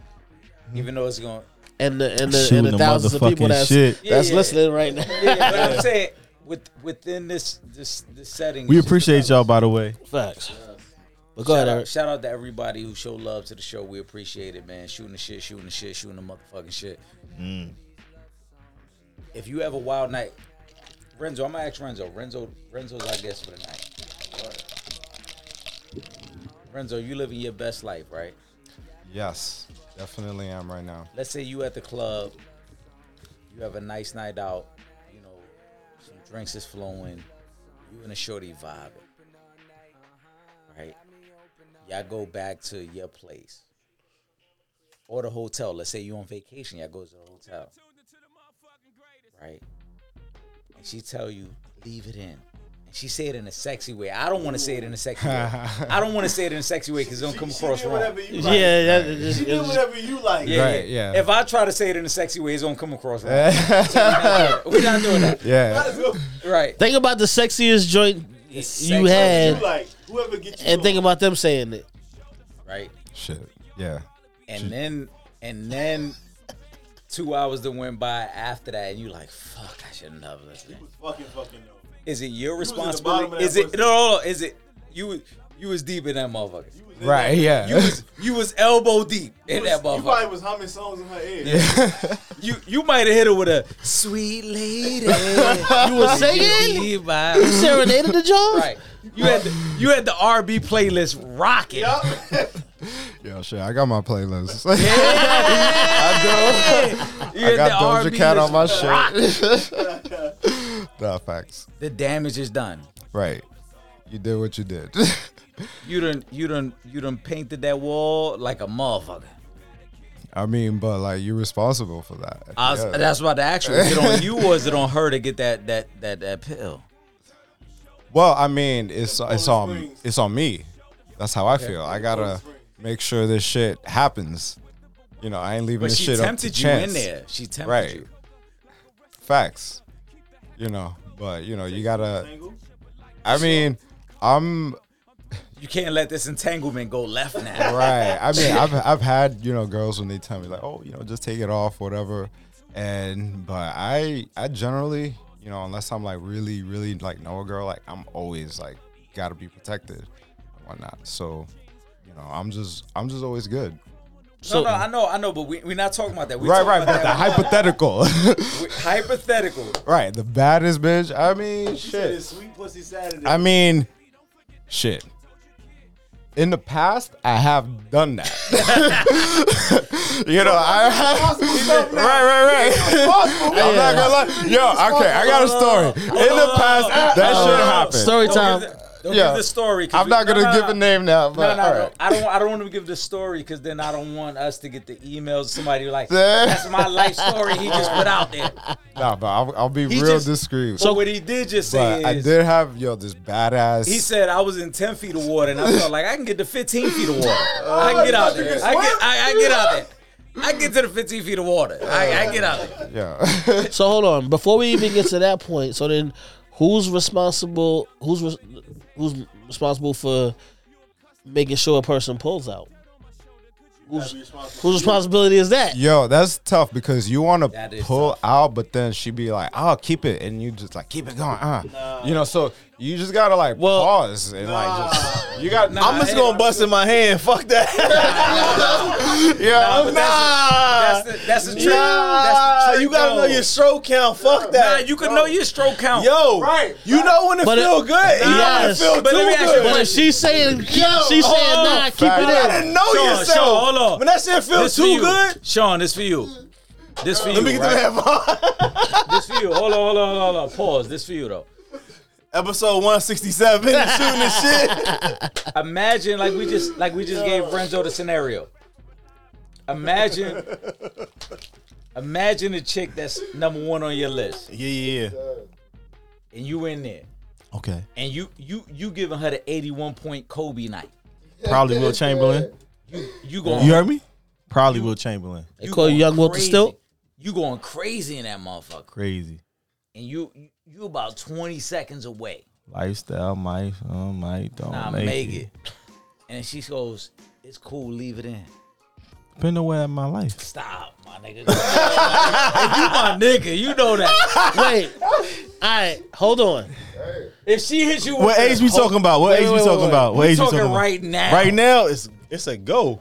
Speaker 5: even though it's going.
Speaker 4: and the and the,
Speaker 6: Shooting
Speaker 4: and the
Speaker 6: the
Speaker 4: thousands of people
Speaker 6: motherfucking
Speaker 4: that's
Speaker 6: shit.
Speaker 5: Yeah,
Speaker 4: that's
Speaker 5: yeah.
Speaker 4: listening right now.
Speaker 5: (laughs) Yeah, but I'm saying with within this this this setting,
Speaker 6: we
Speaker 5: it's just the
Speaker 6: appreciate
Speaker 5: fellas.
Speaker 6: y'all by the way.
Speaker 4: Facts. But go ahead,
Speaker 5: Shout out,
Speaker 4: Eric.
Speaker 5: shout out to everybody who showed love to the show. We appreciate it, man. Shooting the shit, shooting the shit, shooting the motherfucking shit. If you have a wild night, Renzo, I'm gonna ask Renzo. Renzo, Renzo's our guest for the night. Renzo, you living your best life, right?
Speaker 8: Yes, definitely am right now.
Speaker 5: Let's say you at the club, you have a nice night out, you know, some drinks is flowing, you and a shorty vibing, right? Y'all go back to your place or the hotel. Let's say you on vacation, y'all go to the hotel, right? And she tell you leave it in, and She said it in a sexy way. I don't want to say it in a sexy way. I don't want to say it in a sexy way because it'll come across wrong.
Speaker 6: you
Speaker 4: Yeah, yeah. it just-
Speaker 6: She
Speaker 4: it
Speaker 6: did
Speaker 4: was-
Speaker 6: whatever you like.
Speaker 5: Yeah,
Speaker 8: Right,
Speaker 5: yeah.
Speaker 8: yeah.
Speaker 5: If I try to say it in a sexy way, it's gonna come across wrong. (laughs) We're not doing that.
Speaker 8: (laughs) (laughs) yeah.
Speaker 5: Right.
Speaker 4: think about the sexiest joint you
Speaker 5: sexiest
Speaker 6: You
Speaker 4: had,
Speaker 6: like whoever gets you.
Speaker 4: and think about them saying it.
Speaker 5: Right.
Speaker 8: Shit. Yeah.
Speaker 5: And then and then two hours that went by after that, and you like, fuck, I should never listen.
Speaker 6: fucking fucking though.
Speaker 5: Is it your
Speaker 6: the bottom of
Speaker 5: responsibility?
Speaker 6: that
Speaker 5: Is it
Speaker 6: pussy.
Speaker 5: no, no, no, Is it you? You was deep in that motherfucker.
Speaker 8: Right. Yeah.
Speaker 5: You was you was elbow deep in that
Speaker 6: You probably
Speaker 5: motherfucker.
Speaker 6: was humming songs in her ear.
Speaker 5: You you might have hit her with a
Speaker 8: (laughs)
Speaker 5: sweet lady. you was
Speaker 4: singing?
Speaker 5: by.
Speaker 4: Serenade of the Jones.
Speaker 5: Right. You had the, you had the RB playlist rocking.
Speaker 8: Yo, shit. I got my (laughs) playlist.
Speaker 5: You
Speaker 8: I
Speaker 5: had
Speaker 8: got
Speaker 5: the
Speaker 8: Doja
Speaker 5: RB
Speaker 8: Cat on my
Speaker 5: list
Speaker 8: shit. nah, facts.
Speaker 5: The damage is done.
Speaker 8: Right. You did what you did. (laughs)
Speaker 5: You done you done you done painted that wall like a motherfucker.
Speaker 8: I mean, but like you're responsible for that.
Speaker 5: I was,
Speaker 8: Yeah.
Speaker 5: That's about to ask you. Is
Speaker 8: (laughs)
Speaker 5: it on you or is it on her to get that that that that pill?
Speaker 8: Well, I mean, it's it's on
Speaker 6: Springs.
Speaker 8: it's on me. That's how I feel. I gotta make sure this shit happens. You know, I ain't leaving
Speaker 5: But
Speaker 8: this
Speaker 5: she
Speaker 8: shit up to
Speaker 5: tempted you
Speaker 8: chance.
Speaker 5: in there. She tempted
Speaker 8: Right.
Speaker 5: you.
Speaker 8: Facts. You know, but you know, you gotta. I mean, I'm
Speaker 5: You can't let this entanglement go left now.
Speaker 8: right. I mean, I've I've had you know girls when they tell me like, oh, you know, just take it off, whatever. And but I I generally you know unless I'm like really really like know a girl like I'm always like gotta be protected, and whatnot. So you know I'm just I'm just always good.
Speaker 5: no, no, I know, I know, but we are not talking about that. We're
Speaker 8: right,
Speaker 5: talking
Speaker 8: right. But
Speaker 5: about
Speaker 8: the hypothetical, (laughs)
Speaker 5: we- hypothetical.
Speaker 8: right? The baddest bitch. I mean,
Speaker 6: Shit.
Speaker 8: shit.
Speaker 6: Sweet pussy Saturday.
Speaker 8: I mean, shit. In the past, I have done
Speaker 5: (laughs)
Speaker 8: that. you know, I have. Right, right, right. I'm not gonna lie. Yo, okay, I got a story. In the
Speaker 5: Uh,
Speaker 8: past, that shit happened.
Speaker 4: Uh, Story time.
Speaker 5: Don't give the, don't
Speaker 8: Yeah.
Speaker 5: give the story. 'cause
Speaker 8: I'm
Speaker 5: we-
Speaker 8: not
Speaker 5: no,
Speaker 8: gonna
Speaker 5: no,
Speaker 8: give
Speaker 5: no.
Speaker 8: a name now,
Speaker 5: No,
Speaker 8: but
Speaker 5: no,
Speaker 8: all
Speaker 5: no.
Speaker 8: right.
Speaker 5: I don't. I don't want to give the story because then I don't want us to get the emails. Somebody
Speaker 8: (laughs)
Speaker 5: like
Speaker 8: Yeah.
Speaker 5: that's my life story. He just put out
Speaker 8: (laughs)
Speaker 5: there.
Speaker 8: Nah, but I'll, I'll be
Speaker 5: He
Speaker 8: real
Speaker 5: just-
Speaker 8: discreet.
Speaker 5: So what he did just say
Speaker 8: but
Speaker 5: is
Speaker 8: I did have yo this badass.
Speaker 5: he said I was in ten feet of water and I felt like I can get to fifteen feet of
Speaker 8: (laughs)
Speaker 5: water. I can get out there. I get. I, I get out there. I get to the fifteen feet of water. I, I get out there.
Speaker 8: yeah.
Speaker 4: So hold on, before we even get to that point, so then who's responsible? Who's res- who's responsible for making sure a person pulls out? Who's, whose responsibility is that?
Speaker 8: Yo, that's tough because you want
Speaker 5: That
Speaker 8: to
Speaker 5: is
Speaker 8: pull out, but then she be like, "I'll keep it," and you just like keep it going. Uh. You know, so you just gotta like
Speaker 4: Well-
Speaker 8: pause and like just you got.
Speaker 5: Nah,
Speaker 8: I'm just
Speaker 5: it-
Speaker 8: gonna bust.
Speaker 6: bust in my hand. Fuck (laughs) that.
Speaker 8: Yeah,
Speaker 5: but That's the, that's the trick. that's the
Speaker 6: Nah,
Speaker 5: trick
Speaker 6: you gotta know
Speaker 5: though.
Speaker 6: your stroke count. Fuck
Speaker 5: Nah,
Speaker 6: that.
Speaker 5: you can know your stroke count.
Speaker 6: Yo,
Speaker 8: Right,
Speaker 6: You know when it
Speaker 4: But it-
Speaker 6: feel good. you know when it
Speaker 4: Yes.
Speaker 6: feel
Speaker 5: But
Speaker 6: too
Speaker 5: let me ask you
Speaker 6: good.
Speaker 5: a
Speaker 4: But if she's saying keep, she's saying
Speaker 5: oh,
Speaker 4: nah, keep
Speaker 8: fact.
Speaker 6: You
Speaker 4: it
Speaker 6: gotta
Speaker 4: in.
Speaker 6: know
Speaker 5: Sean,
Speaker 6: yourself.
Speaker 5: Sean, hold on.
Speaker 6: Oh, When that shit feels
Speaker 5: This for
Speaker 6: too
Speaker 5: you.
Speaker 6: good,
Speaker 5: Sean. This for you. This for you.
Speaker 6: let me get
Speaker 5: right?
Speaker 6: to that.
Speaker 5: (laughs) This for you. Hold on, hold on, hold on, hold on. Pause. This for you though.
Speaker 6: Episode one sixty seven. Shooting the shit.
Speaker 5: (laughs) Imagine like we just like we just gave Renzo the scenario. Imagine, imagine a chick that's number one on your list,
Speaker 6: Yeah, yeah, yeah.
Speaker 5: and you in there,
Speaker 6: Okay.
Speaker 5: and you you you giving her the eighty-one point Kobe night.
Speaker 6: Probably Will Chamberlain.
Speaker 5: You going?
Speaker 6: You heard me? Probably Will Chamberlain.
Speaker 4: They call you Young Wilton Stilt.
Speaker 5: You going crazy in that motherfucker,
Speaker 6: Crazy.
Speaker 5: and you you- you about twenty seconds away.
Speaker 6: Lifestyle might, uh, might don't
Speaker 5: Nah, make, it. And she goes, "It's cool, leave it in."
Speaker 6: Depending on where I'm in my life.
Speaker 5: Stop, my
Speaker 6: (laughs)
Speaker 5: nigga. you my nigga, you know that.
Speaker 4: Wait, all right, hold on.
Speaker 5: If she hits you, with
Speaker 6: What
Speaker 5: the-
Speaker 6: age we talking about? What
Speaker 4: Wait,
Speaker 6: age
Speaker 4: wait,
Speaker 6: we
Speaker 4: wait,
Speaker 6: talking
Speaker 4: wait.
Speaker 6: about? What
Speaker 5: We
Speaker 6: age we
Speaker 5: talking
Speaker 6: talking about?
Speaker 5: right now.
Speaker 6: Right now, it's it's a go.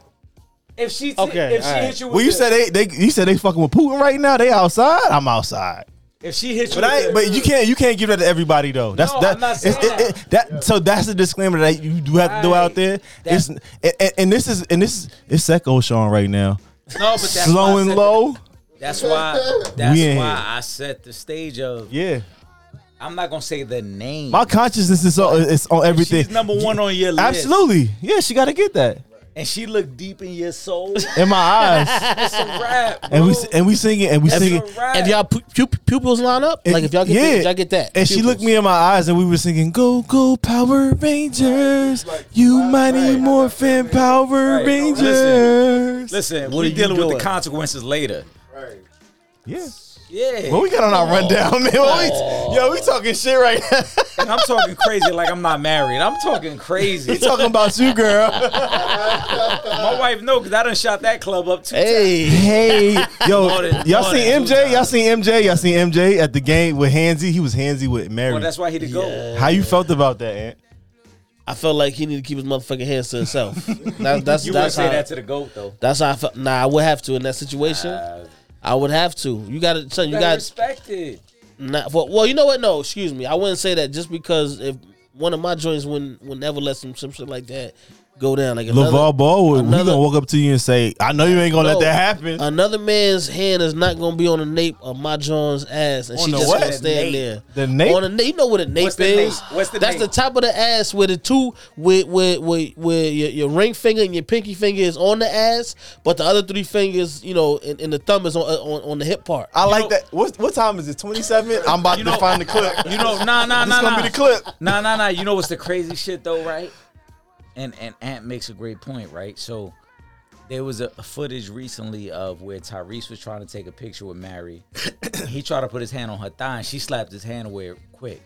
Speaker 5: If she, t-
Speaker 4: Okay,
Speaker 5: if she
Speaker 4: all right.
Speaker 5: hits you, with
Speaker 6: Well, you
Speaker 5: the-
Speaker 6: said they, they you said they fucking with Putin right now. They outside. I'm outside.
Speaker 5: if she hits you,
Speaker 6: But I
Speaker 5: with
Speaker 6: but
Speaker 5: the-
Speaker 6: you can't you can't give that to everybody though. That's
Speaker 5: No,
Speaker 6: that,
Speaker 5: I'm not
Speaker 6: it's-
Speaker 5: saying
Speaker 6: it- it- that- So that's a disclaimer that you do have to do out there. It's and, and- and this is and this is it's Seco Sean right now.
Speaker 5: no, but that's why I
Speaker 6: Slow and
Speaker 5: said-
Speaker 6: low.
Speaker 5: That's why. That's
Speaker 6: ain't-
Speaker 5: why I set the stage of.
Speaker 6: Yeah,
Speaker 5: I'm not gonna say the name.
Speaker 6: my consciousness is on, is on everything.
Speaker 5: She's number one on your list.
Speaker 6: Absolutely. Yeah, she got to get that.
Speaker 5: and she looked deep in your soul.
Speaker 6: in my eyes.
Speaker 5: It's a rap, bro.
Speaker 6: and we and we singing and we
Speaker 5: It's
Speaker 6: singing.
Speaker 5: a rap.
Speaker 4: If y'all pu- pu- pupils line up, like if y'all get, that, if y'all get that,
Speaker 6: And she looked me in my eyes and we were singing, Go, go, Power Rangers. You mighty
Speaker 8: right.
Speaker 6: morphin Power
Speaker 5: Right.
Speaker 6: Rangers.
Speaker 5: listen,
Speaker 4: What
Speaker 5: we
Speaker 4: are you
Speaker 5: dealing with
Speaker 4: doing?
Speaker 5: the consequences later.
Speaker 8: Right.
Speaker 6: Yeah.
Speaker 5: Yeah,
Speaker 6: What we got on our rundown, man? What
Speaker 4: Oh.
Speaker 6: we, yo, we talking shit right now. (laughs)
Speaker 5: and I'm talking crazy like I'm not married. I'm talking
Speaker 6: we
Speaker 5: crazy.
Speaker 6: talking about you, girl.
Speaker 5: My wife know because I done shot that club up too.
Speaker 4: Hey,
Speaker 6: Hey, yo,
Speaker 5: More than-
Speaker 6: y'all
Speaker 5: more
Speaker 6: seen
Speaker 5: than two
Speaker 6: MJ? Y'all seen MJ? Y'all seen MJ at the game with Hansy? He was Hansy with Mary.
Speaker 5: Well, that's why he did go.
Speaker 6: How you felt about that, Aunt?
Speaker 4: I felt like he needed to keep his motherfucking hands to himself. (laughs) That, that's
Speaker 5: You would
Speaker 4: that's
Speaker 5: say
Speaker 4: how,
Speaker 5: that to the goat though.
Speaker 4: that's how I felt. Nah, I would have to in that situation.
Speaker 5: Uh,
Speaker 4: I would have to. You got to, son. You
Speaker 5: you got
Speaker 4: got
Speaker 5: respected.
Speaker 4: Not well, well, you know what? No, excuse me. I wouldn't say that just because if one of my joints wouldn't would never let some some shit like that go down. Like another,
Speaker 6: LeVar Ball, we
Speaker 4: another-
Speaker 6: gonna walk up to you and say, I know you ain't gonna
Speaker 4: No.
Speaker 6: let that happen.
Speaker 4: another man's hand is not gonna be on the nape of my join's ass, and
Speaker 6: On
Speaker 4: she
Speaker 6: the
Speaker 4: just
Speaker 6: what?
Speaker 4: gonna stand
Speaker 5: The
Speaker 4: there.
Speaker 6: The nape?
Speaker 4: on the nape. You know what a nape
Speaker 5: What's the
Speaker 4: is?
Speaker 5: nape? What's the
Speaker 4: That's
Speaker 5: nape?
Speaker 4: the top of the ass where the two with with with, with your, your ring finger and your pinky finger is on the ass, but the other three fingers, you know, and, and the thumb is on, uh, on on the hip part.
Speaker 6: I like
Speaker 5: know-
Speaker 6: that. What what time is it? Twenty seven.
Speaker 5: (laughs)
Speaker 6: I'm about
Speaker 5: You
Speaker 6: to
Speaker 5: know-
Speaker 6: find the clip.
Speaker 5: You know, nah, nah,
Speaker 6: This
Speaker 5: nah,
Speaker 6: gonna
Speaker 5: nah.
Speaker 6: be the clip.
Speaker 5: Nah, nah, nah. You know what's the crazy shit though, right? And and Ant makes a great point, right? So there was a, a footage recently of where Tyrese was trying to take a picture with Mary. (coughs) he tried to put his hand on her thigh, and she slapped his hand away quick.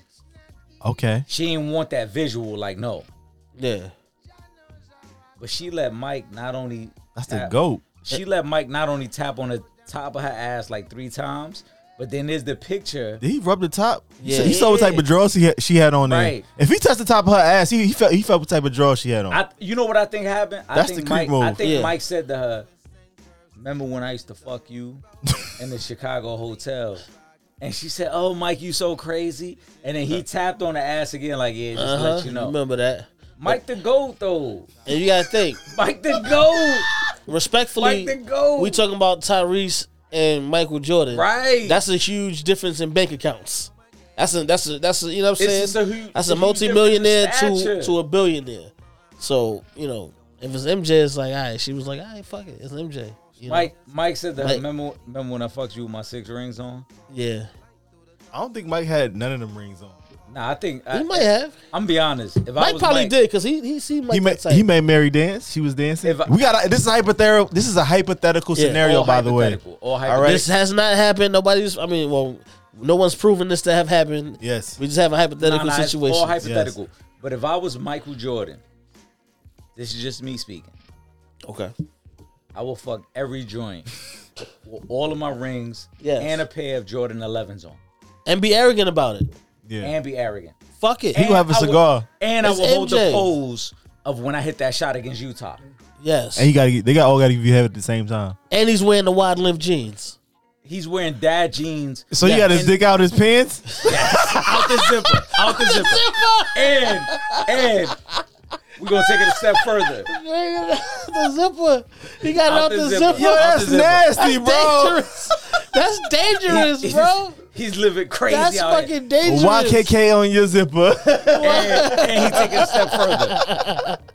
Speaker 6: Okay.
Speaker 5: She didn't want that visual, like no.
Speaker 4: Yeah,
Speaker 5: But she let Mike not only
Speaker 6: That's the
Speaker 5: tap-
Speaker 6: goat.
Speaker 5: She let Mike not only tap on the top of her ass like three times, but then there's the picture.
Speaker 6: Did he rub the top? Yeah.
Speaker 4: Yeah.
Speaker 6: You saw what type of drawers he had, she had on there.
Speaker 5: Right.
Speaker 6: If he touched the top of her ass, he, he felt he felt what type of drawers she had on.
Speaker 5: I, you know what I think happened? I
Speaker 6: That's the
Speaker 5: think
Speaker 6: creep
Speaker 5: Mike, I
Speaker 6: move.
Speaker 5: think
Speaker 4: Yeah.
Speaker 5: Mike said to her, "Remember when I used to
Speaker 6: (laughs)
Speaker 5: fuck you in the Chicago hotel?" And she said, "Oh, Mike, you so crazy." And then
Speaker 6: Uh-huh.
Speaker 5: he tapped on the ass again, like, "Yeah, just
Speaker 4: uh-huh.
Speaker 5: let you know."
Speaker 4: remember that.
Speaker 5: Mike the goat, though.
Speaker 4: And you gotta think.
Speaker 5: Mike the
Speaker 4: (laughs)
Speaker 5: goat.
Speaker 4: respectfully,
Speaker 5: Mike the GOAT.
Speaker 4: we talking about Tyrese and Michael Jordan.
Speaker 5: Right.
Speaker 4: That's a huge difference in bank accounts. That's a that's a that's a you know what I'm saying.
Speaker 5: It's just a hu-
Speaker 4: that's
Speaker 5: a
Speaker 4: a
Speaker 5: huge
Speaker 4: multimillionaire
Speaker 5: difference in
Speaker 4: to
Speaker 5: stature.
Speaker 4: to a billionaire. So you know, if it's MJ, it's like all right. She was like, all right, fuck it, it's MJ. You know?
Speaker 5: Mike, Mike said to her,
Speaker 4: Mike-
Speaker 5: "Remember, remember when I fucked you with my six rings on?"
Speaker 4: yeah,
Speaker 6: I don't think Mike had none of them rings on.
Speaker 5: Nah, I think I,
Speaker 4: he might have.
Speaker 5: I'm be honest. If I
Speaker 4: Mike
Speaker 5: was
Speaker 4: probably
Speaker 5: Mike,
Speaker 4: did because he he seemed like
Speaker 6: he made
Speaker 4: that type.
Speaker 6: he made Mary dance. She was dancing.
Speaker 5: If I-
Speaker 6: we got this is hypothetical. This is a hypothetical
Speaker 4: Yeah,
Speaker 6: scenario,
Speaker 5: all
Speaker 6: by the way.
Speaker 5: hypothetical, all
Speaker 6: All right.
Speaker 4: this has not happened. Nobody's. I mean, well, no one's proven this to have happened.
Speaker 6: Yes.
Speaker 4: we just have a hypothetical
Speaker 5: Nah, nah, it's
Speaker 4: situation.
Speaker 5: All hypothetical. But if I was Michael Jordan, this is just me speaking.
Speaker 4: okay.
Speaker 5: I will fuck every
Speaker 6: (laughs)
Speaker 5: joint with all of my rings
Speaker 4: Yes.
Speaker 5: and a pair of Jordan 11s on
Speaker 4: And be arrogant about it.
Speaker 6: Yeah.
Speaker 5: and be arrogant.
Speaker 4: Fuck it.
Speaker 6: He
Speaker 5: And
Speaker 6: gonna have a
Speaker 5: I will-
Speaker 6: cigar.
Speaker 5: and I
Speaker 4: It's
Speaker 5: will hold the
Speaker 4: MJ.
Speaker 5: pose of when I hit that shot against Utah.
Speaker 4: Yes.
Speaker 6: And he got to they got all got to give you head at the same time.
Speaker 4: and he's wearing the wide limb jeans.
Speaker 5: He's wearing dad jeans.
Speaker 6: So you got his
Speaker 5: and-
Speaker 6: dick out
Speaker 4: (laughs)
Speaker 6: his pants.
Speaker 5: out (laughs) the zipper. Out the zipper. And, and we're going to take it a step further.
Speaker 4: the zipper, he got
Speaker 5: Out
Speaker 4: out,
Speaker 5: the
Speaker 4: the,
Speaker 5: zipper.
Speaker 4: zipper.
Speaker 5: Yo,
Speaker 6: that's
Speaker 5: zipper.
Speaker 6: nasty, bro.
Speaker 4: dangerous. That's dangerous, bro.
Speaker 5: (laughs) He's living crazy
Speaker 4: That's
Speaker 5: out here.
Speaker 4: fucking dangerous.
Speaker 6: YKK on your zipper.
Speaker 5: and, and he take it a step further. (laughs)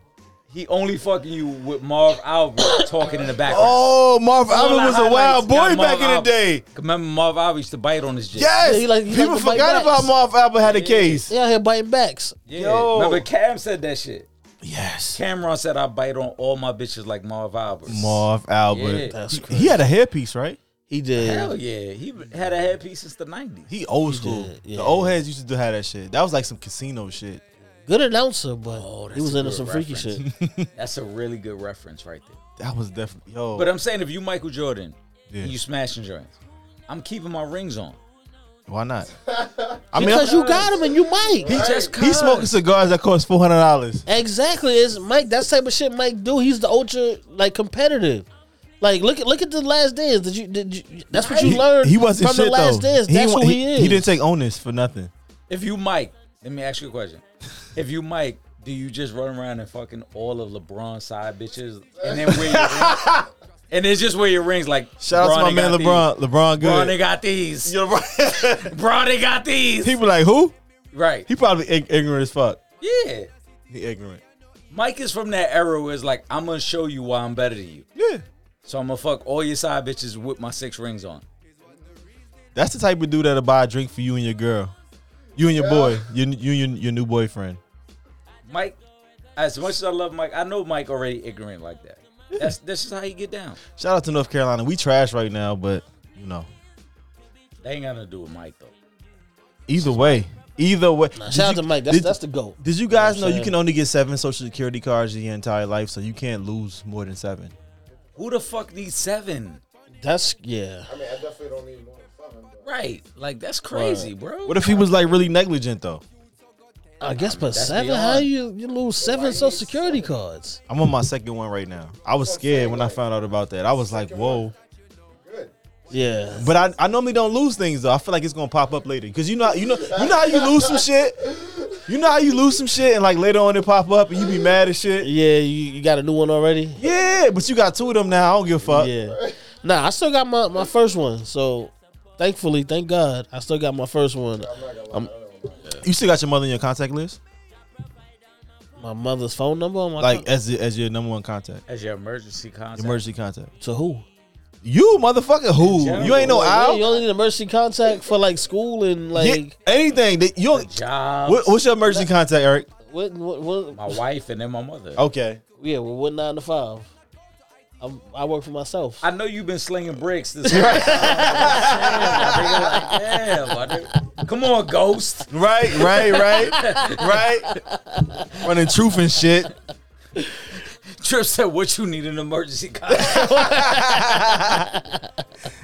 Speaker 5: He only fucking you with Marv Albert talking in the background.
Speaker 6: Oh, Marv
Speaker 5: All
Speaker 6: Albert
Speaker 5: the
Speaker 6: was a
Speaker 5: highlights
Speaker 6: wild
Speaker 5: got
Speaker 6: boy
Speaker 5: Marv
Speaker 6: back in the
Speaker 5: Albert.
Speaker 6: day.
Speaker 5: Remember Marv Albert used to bite on his dick.
Speaker 6: Yes,
Speaker 4: Yeah, he like- he
Speaker 6: people
Speaker 4: like to bite
Speaker 6: forgot
Speaker 4: backs.
Speaker 6: about Marv Albert had a case.
Speaker 4: Yeah, here biting backs.
Speaker 5: Yeah.
Speaker 6: Yo.
Speaker 5: Remember Cam said that shit.
Speaker 6: Yes,
Speaker 5: Cameron said I bite on all my bitches like Marv Albert.
Speaker 6: Marv Albert.
Speaker 5: Yeah.
Speaker 4: That's crazy.
Speaker 6: He had a hairpiece, right?
Speaker 4: He did.
Speaker 5: Hell yeah. He had a headpiece since the 90s.
Speaker 6: He old school.
Speaker 4: did, yeah.
Speaker 6: The old heads used to do have that shit. That was like some casino shit.
Speaker 4: Good announcer, but
Speaker 5: Oh, that's
Speaker 4: he was
Speaker 5: a
Speaker 4: into
Speaker 5: good
Speaker 4: some freaky
Speaker 5: reference.
Speaker 4: shit.
Speaker 5: That's a really good reference right there.
Speaker 6: That was definitely yo.
Speaker 4: uh,
Speaker 5: But I'm saying if you Michael Jordan,
Speaker 6: Oh. Yeah.
Speaker 5: and you smashing joints. I'm keeping my rings on.
Speaker 4: (laughs)
Speaker 6: Why not? I mean,
Speaker 4: because you got him and you Mike.
Speaker 6: he
Speaker 5: just
Speaker 6: he smoking
Speaker 5: cuz.
Speaker 6: cigars that cost four hundred dollars.
Speaker 4: Exactly, it's Mike. That's the type of shit Mike do. He's the ultra like competitive. Like look at look at the last dance. Did you did you? That's what you learned.
Speaker 6: He wasn't
Speaker 4: from
Speaker 6: shit
Speaker 4: the last
Speaker 6: though.
Speaker 4: dance. That's
Speaker 6: wa-
Speaker 4: who he is.
Speaker 6: He didn't take oh, onus for nothing.
Speaker 5: If you Mike, let me ask you a question. If you Mike, do you just run around and fucking all of LeBron's side bitches and then wear your rings? And it's just wear your rings like
Speaker 6: Shout out to my
Speaker 5: they
Speaker 6: man LeBron.
Speaker 5: got
Speaker 6: LeBron
Speaker 5: These. Bron, they
Speaker 6: good.
Speaker 5: got these.
Speaker 6: Yo,
Speaker 5: (laughs)
Speaker 6: LeBron-
Speaker 5: Bron, they got these.
Speaker 6: People like who?
Speaker 5: right.
Speaker 6: He probably ig- ignorant as fuck.
Speaker 5: Yeah.
Speaker 6: He ignorant.
Speaker 5: Mike is from that era where it's like, I'm gonna show you why I'm better than you.
Speaker 6: Yeah.
Speaker 5: So I'm gonna fuck all your side bitches with my six rings on.
Speaker 6: That's the type of dude that'll buy a drink for you and your girl. You and your boy. You you your, your new boyfriend.
Speaker 5: Mike, as much as I love Mike, I know Mike already ignorant like that. That's that's just how you get down.
Speaker 6: Shout out to North Carolina. We trash right now, but you know.
Speaker 5: That ain't got nothing to do with Mike though.
Speaker 6: Either way. Either way.
Speaker 4: Nah,
Speaker 6: Did
Speaker 4: shout out
Speaker 6: you-
Speaker 4: to Mike. That's
Speaker 6: did-
Speaker 4: that's the goat.
Speaker 6: Did you guys
Speaker 4: You
Speaker 6: know,
Speaker 4: know what I'm
Speaker 6: you can
Speaker 4: saying?
Speaker 6: only get seven social security cards in your entire life, so you can't lose more than seven?
Speaker 5: Who the fuck needs seven?
Speaker 4: That's yeah.
Speaker 7: I mean, I definitely don't need more than seven. But
Speaker 5: Right. Like that's crazy, bro.
Speaker 6: What if he was like really negligent though?
Speaker 4: I guess, but
Speaker 5: that's
Speaker 4: seven.
Speaker 5: beyond.
Speaker 4: How you you lose seven social security cards?
Speaker 6: I'm on my second one right now. I was scared when I found out about that. I was like, whoa.
Speaker 7: good.
Speaker 4: Yeah.
Speaker 6: But I, I normally don't lose things though. I feel like it's gonna pop up later. Cause you know you know you know how you lose some shit? You know how you lose some shit and like later on it pop up and you be mad as shit.
Speaker 4: Yeah, you, you got a new one already.
Speaker 6: Yeah, but you got two of them now. I don't give a fuck. (laughs)
Speaker 4: Yeah. Nah, I still got my, my first one. So thankfully, thank God, I still got my first one. Um,
Speaker 6: You still got your mother in your contact list?
Speaker 4: my mother's phone number on my
Speaker 6: Like
Speaker 4: con-
Speaker 6: as as your number one contact.
Speaker 5: As your emergency contact.
Speaker 6: Emergency contact.
Speaker 4: to who?
Speaker 6: You motherfucker who?
Speaker 5: general.
Speaker 6: You ain't no
Speaker 4: Like,
Speaker 6: owl.
Speaker 4: yeah, you only need emergency contact for like school and
Speaker 6: Yeah,
Speaker 4: like
Speaker 6: anything that you don't,
Speaker 5: Jobs.
Speaker 6: what, what's your emergency contact, Eric?
Speaker 4: what what, what
Speaker 5: my wife and then my mother.
Speaker 6: Okay.
Speaker 4: yeah, well, what nine to five? I, I work for myself.
Speaker 5: I know you've been slinging
Speaker 6: (laughs)
Speaker 5: bricks this whole time. Damn, my nigga. Come on, ghost.
Speaker 6: Right, (laughs) right, right, right. Running truth and shit.
Speaker 5: Trip said, "What you need an emergency contact?"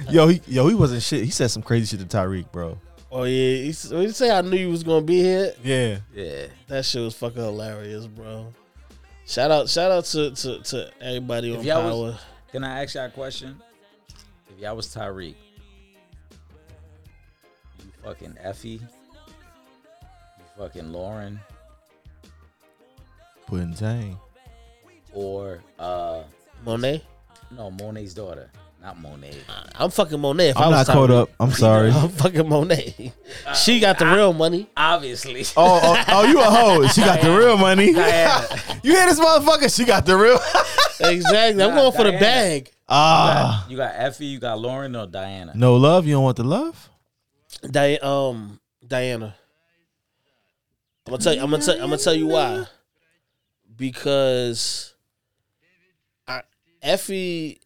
Speaker 6: Yo, he, yo, he wasn't shit. He said some crazy shit to Tyreek, bro.
Speaker 4: Oh yeah, he, s- when he say I knew you was gonna be here,
Speaker 6: (laughs) Yeah.
Speaker 5: yeah,
Speaker 4: that shit was fucking hilarious, bro. Shout out, shout out to to, to everybody on
Speaker 5: If y'all
Speaker 4: power.
Speaker 5: was- Can I ask y'all a question? If y'all was Tyreek, you fucking Effie, you fucking Lauren,
Speaker 6: Putting tang.
Speaker 5: or uh
Speaker 4: Monet,
Speaker 5: no Monet's daughter, not Monet.
Speaker 4: I'm fucking Monet. If I
Speaker 6: I'm
Speaker 4: was
Speaker 6: not caught
Speaker 4: Tyreek.
Speaker 6: up. I'm (laughs) sorry.
Speaker 4: I'm fucking Monet.
Speaker 5: Uh,
Speaker 4: she got the real money.
Speaker 5: Obviously, (laughs)
Speaker 6: Oh, oh, oh, you a hoe. She got the real money.
Speaker 5: Diana.
Speaker 6: you hear this motherfucker? She got the real. (laughs)
Speaker 4: Exactly. I'm
Speaker 5: Nah,
Speaker 4: going for the
Speaker 5: Diana.
Speaker 4: bag.
Speaker 6: Ah.
Speaker 5: you got Effie, you got Lauren, or Diana.
Speaker 6: no love? You don't want the love?
Speaker 4: Di- um, Diana. I'm gonna tell you. I'm gonna tell. I'm gonna tell you why. Because I, Effie,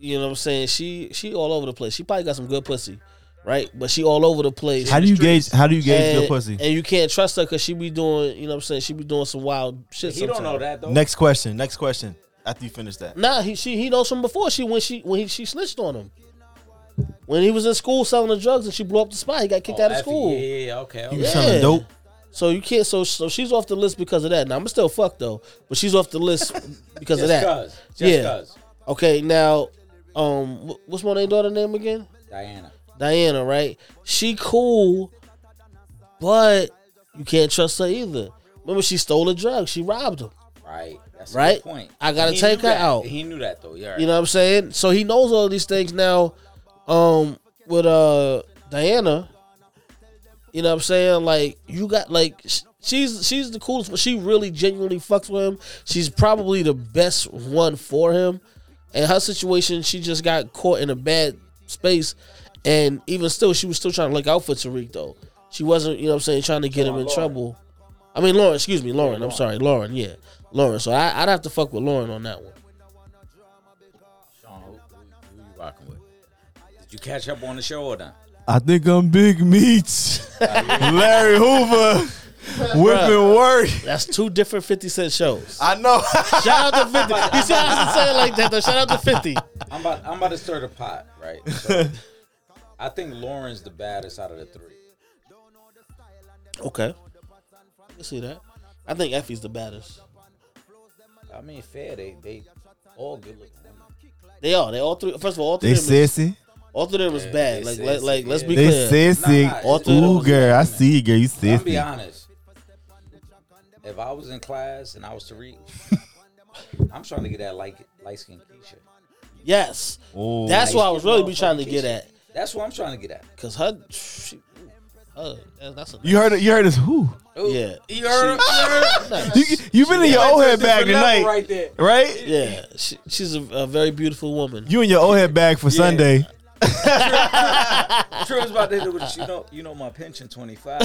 Speaker 4: you know what I'm saying. She she all over the place. She probably got some good pussy, right? But she all over the place.
Speaker 6: How do you gauge how do you gauge
Speaker 4: and,
Speaker 6: your pussy?
Speaker 4: And you can't trust her because she be doing. You know what I'm saying. She be doing some wild shit.
Speaker 5: He
Speaker 4: sometime.
Speaker 5: don't know that though.
Speaker 6: Next question. Next question. After you finish that.
Speaker 4: Nah, he she he knows from before she when she when he, she snitched on him. When he was in school selling the drugs and she blew up the spot, he got kicked
Speaker 5: Oh,
Speaker 4: out of
Speaker 5: Effie,
Speaker 4: school.
Speaker 5: Yeah, yeah, yeah, okay.
Speaker 6: You
Speaker 5: okay.
Speaker 6: was selling
Speaker 4: Yeah.
Speaker 6: dope.
Speaker 4: So you can't. So so she's off the list because of that. Now I'm still fucked though, but she's off the list because of
Speaker 5: Just
Speaker 4: that.
Speaker 5: cause, just
Speaker 4: Yeah.
Speaker 5: cause.
Speaker 4: Okay, now, um, wh- what's my name daughter name again?
Speaker 5: Diana.
Speaker 4: Diana, right? She cool, but you can't trust her either. Remember, she stole a drug. She robbed him.
Speaker 5: Right. That's a
Speaker 4: Right?
Speaker 5: good point.
Speaker 4: I gotta
Speaker 5: He
Speaker 4: take
Speaker 5: knew
Speaker 4: her
Speaker 5: that.
Speaker 4: out.
Speaker 5: He knew that though. Yeah.
Speaker 4: You know what I'm saying? So he knows all these things now. Um, with uh Diana, you know what I'm saying? Like you got like sh- she's she's the coolest. But she really genuinely fucks with him. She's probably the best one for him. And her situation, she just got caught in a bad space. And even still, she was still trying to look out for Tariq though. She wasn't, you know what I'm saying, trying to get him in trouble. I mean, Lauren, excuse me, Lauren. I'm sorry, Lauren. Yeah, Lauren. So I, I'd have to fuck with Lauren on that one.
Speaker 5: Sean, who, who, who you rocking with? Did you catch up on the show or not?
Speaker 6: I think I'm big meats. Larry Hoover. Whipping work.
Speaker 4: That's two different 50 Cent shows.
Speaker 6: I know.
Speaker 4: Shout out to 50. You see how I used to say it like that, though? Shout out to 50.
Speaker 5: I'm about I'm about to stir the pot, right?
Speaker 4: (laughs)
Speaker 5: So, I think Lauren's the baddest out of the three.
Speaker 4: Okay. You see that? I think Effie's the baddest.
Speaker 5: I mean, fair. They they all good looking.
Speaker 4: They are. They all three. First of all, all three,
Speaker 6: They
Speaker 4: of, them is,
Speaker 6: sissy.
Speaker 4: all three of them is
Speaker 5: they
Speaker 4: bad. Like, like,
Speaker 5: sissy,
Speaker 4: like, let's
Speaker 5: yeah.
Speaker 4: be
Speaker 6: They
Speaker 4: clear.
Speaker 6: sissy.
Speaker 5: Nah, nah,
Speaker 4: All three of them
Speaker 6: Ooh,
Speaker 4: is
Speaker 6: girl, I
Speaker 5: bad.
Speaker 6: see you, girl. You
Speaker 5: I'm gonna be
Speaker 6: sissy.
Speaker 5: honest. If I was in class and I
Speaker 9: (laughs)
Speaker 5: was Tariq, I'm trying to get that light light skin Keisha.
Speaker 4: Yes.
Speaker 6: Ooh.
Speaker 9: Oh.
Speaker 4: That's what I was really be
Speaker 5: Motherfucking
Speaker 4: trying to
Speaker 5: Keisha.
Speaker 4: get at.
Speaker 5: That's what I'm trying to get at.
Speaker 4: Because her. She, Oh, that- that's a
Speaker 9: You heard it. You heard us. Who?
Speaker 4: yeah.
Speaker 5: (laughs) You heard? You heard?
Speaker 9: You you been in your old head
Speaker 5: That's
Speaker 9: bag
Speaker 5: another
Speaker 9: tonight,
Speaker 5: right there.
Speaker 9: right?
Speaker 4: Yeah, she, she's a, a very beautiful woman.
Speaker 9: You in your old head bag for Sunday.
Speaker 5: True was about to hit it with you know you know my pension
Speaker 9: (laughs)
Speaker 5: twenty five.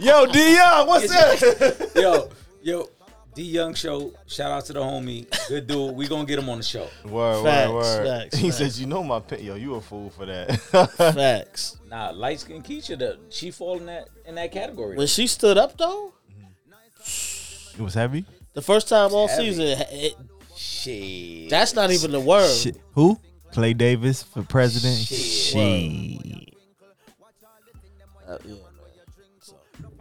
Speaker 9: Yo, Dion, what's up?
Speaker 5: yo, yo, D Young Show. Shout out to the homie, good dude. We gonna get him on the show.
Speaker 9: (laughs) Word,
Speaker 4: Facts, facts,
Speaker 9: he
Speaker 4: facts.
Speaker 9: says, "You know my pet. Yo, you a fool for that." (laughs)
Speaker 4: Facts.
Speaker 5: Nah, light skin Keisha, the, she fall in that in that category.
Speaker 4: When she stood up though,
Speaker 9: it was heavy.
Speaker 4: the first time all
Speaker 5: Heavy.
Speaker 4: season, it,
Speaker 5: Shit.
Speaker 4: that's not even the word.
Speaker 9: Shit. Who? Clay Davis for president.
Speaker 5: Shit.
Speaker 9: She.
Speaker 4: Uh, yeah, man.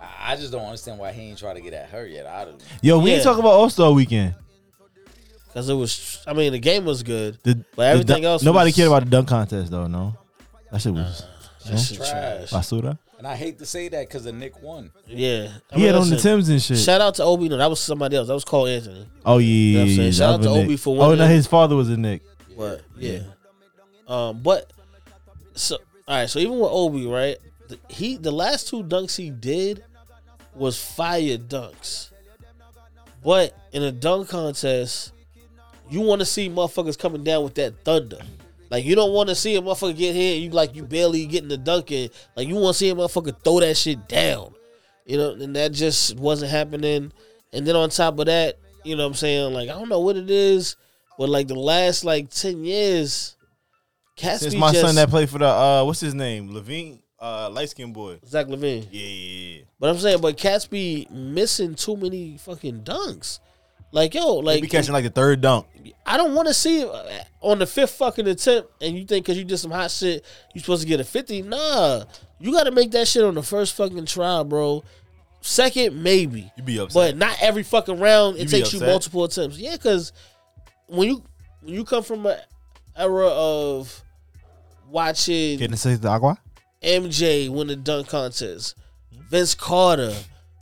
Speaker 5: I I just don't understand why he ain't try to get at her yet. I don't.
Speaker 9: Yo, we ain't
Speaker 4: Yeah.
Speaker 9: talk about All Star Weekend.
Speaker 4: Cause it was, I mean, the game was good,
Speaker 9: The,
Speaker 4: but everything
Speaker 9: the, dunk-
Speaker 4: else,
Speaker 9: Nobody
Speaker 4: was,
Speaker 9: cared about the dunk contest though. No, that shit was
Speaker 4: That shit
Speaker 5: Trash.
Speaker 4: trash.
Speaker 9: basura.
Speaker 5: And I hate to say that because the Nick won.
Speaker 4: Yeah, I
Speaker 9: He
Speaker 4: mean,
Speaker 9: had on the
Speaker 4: listen,
Speaker 9: Timbs and shit.
Speaker 4: Shout out to Obi. No, that was somebody else. That was Cole Anthony.
Speaker 9: oh yeah,
Speaker 4: know what I'm
Speaker 9: yeah,
Speaker 4: saying?
Speaker 9: yeah,
Speaker 4: Shout out
Speaker 9: that
Speaker 4: to
Speaker 9: was a
Speaker 4: Obi
Speaker 9: Nick.
Speaker 4: for
Speaker 9: Oh
Speaker 4: winning.
Speaker 9: no, his father was a Nick.
Speaker 4: But yeah. Um, but so all right, so even with Obi, right? The, he the last two dunks he did was fire dunks. But in a dunk contest, you want to see motherfuckers coming down with that thunder. Like you don't want to see a motherfucker get here and you like you barely getting the dunk in. Like you want to see a motherfucker throw that shit down. You know, and that just wasn't happening. And then on top of that, you know what I'm saying? Like I don't know what it is, but like the last like 10 years cats
Speaker 9: It's
Speaker 4: be
Speaker 9: my
Speaker 4: just
Speaker 9: son that played for the uh, what's his name, Levine, uh, light skinned boy.
Speaker 4: Zach Levine.
Speaker 9: Yeah, yeah, yeah.
Speaker 4: But I'm saying, but cats be missing too many fucking dunks. Like yo,
Speaker 9: He
Speaker 4: like
Speaker 9: be catching like the third dunk.
Speaker 4: I don't want to see it on the fifth fucking attempt, and you think because you did some hot shit, you supposed to get a fifty? Nah, you got to make that shit on the first fucking try, bro. Second, maybe,
Speaker 9: You be upset.
Speaker 4: but not every fucking round. It
Speaker 9: You be
Speaker 4: takes you
Speaker 9: upset?
Speaker 4: multiple attempts. Yeah, because when you when you come from an era of watching
Speaker 9: Getting to the agua.
Speaker 4: MJ win the dunk contest. Vince Carter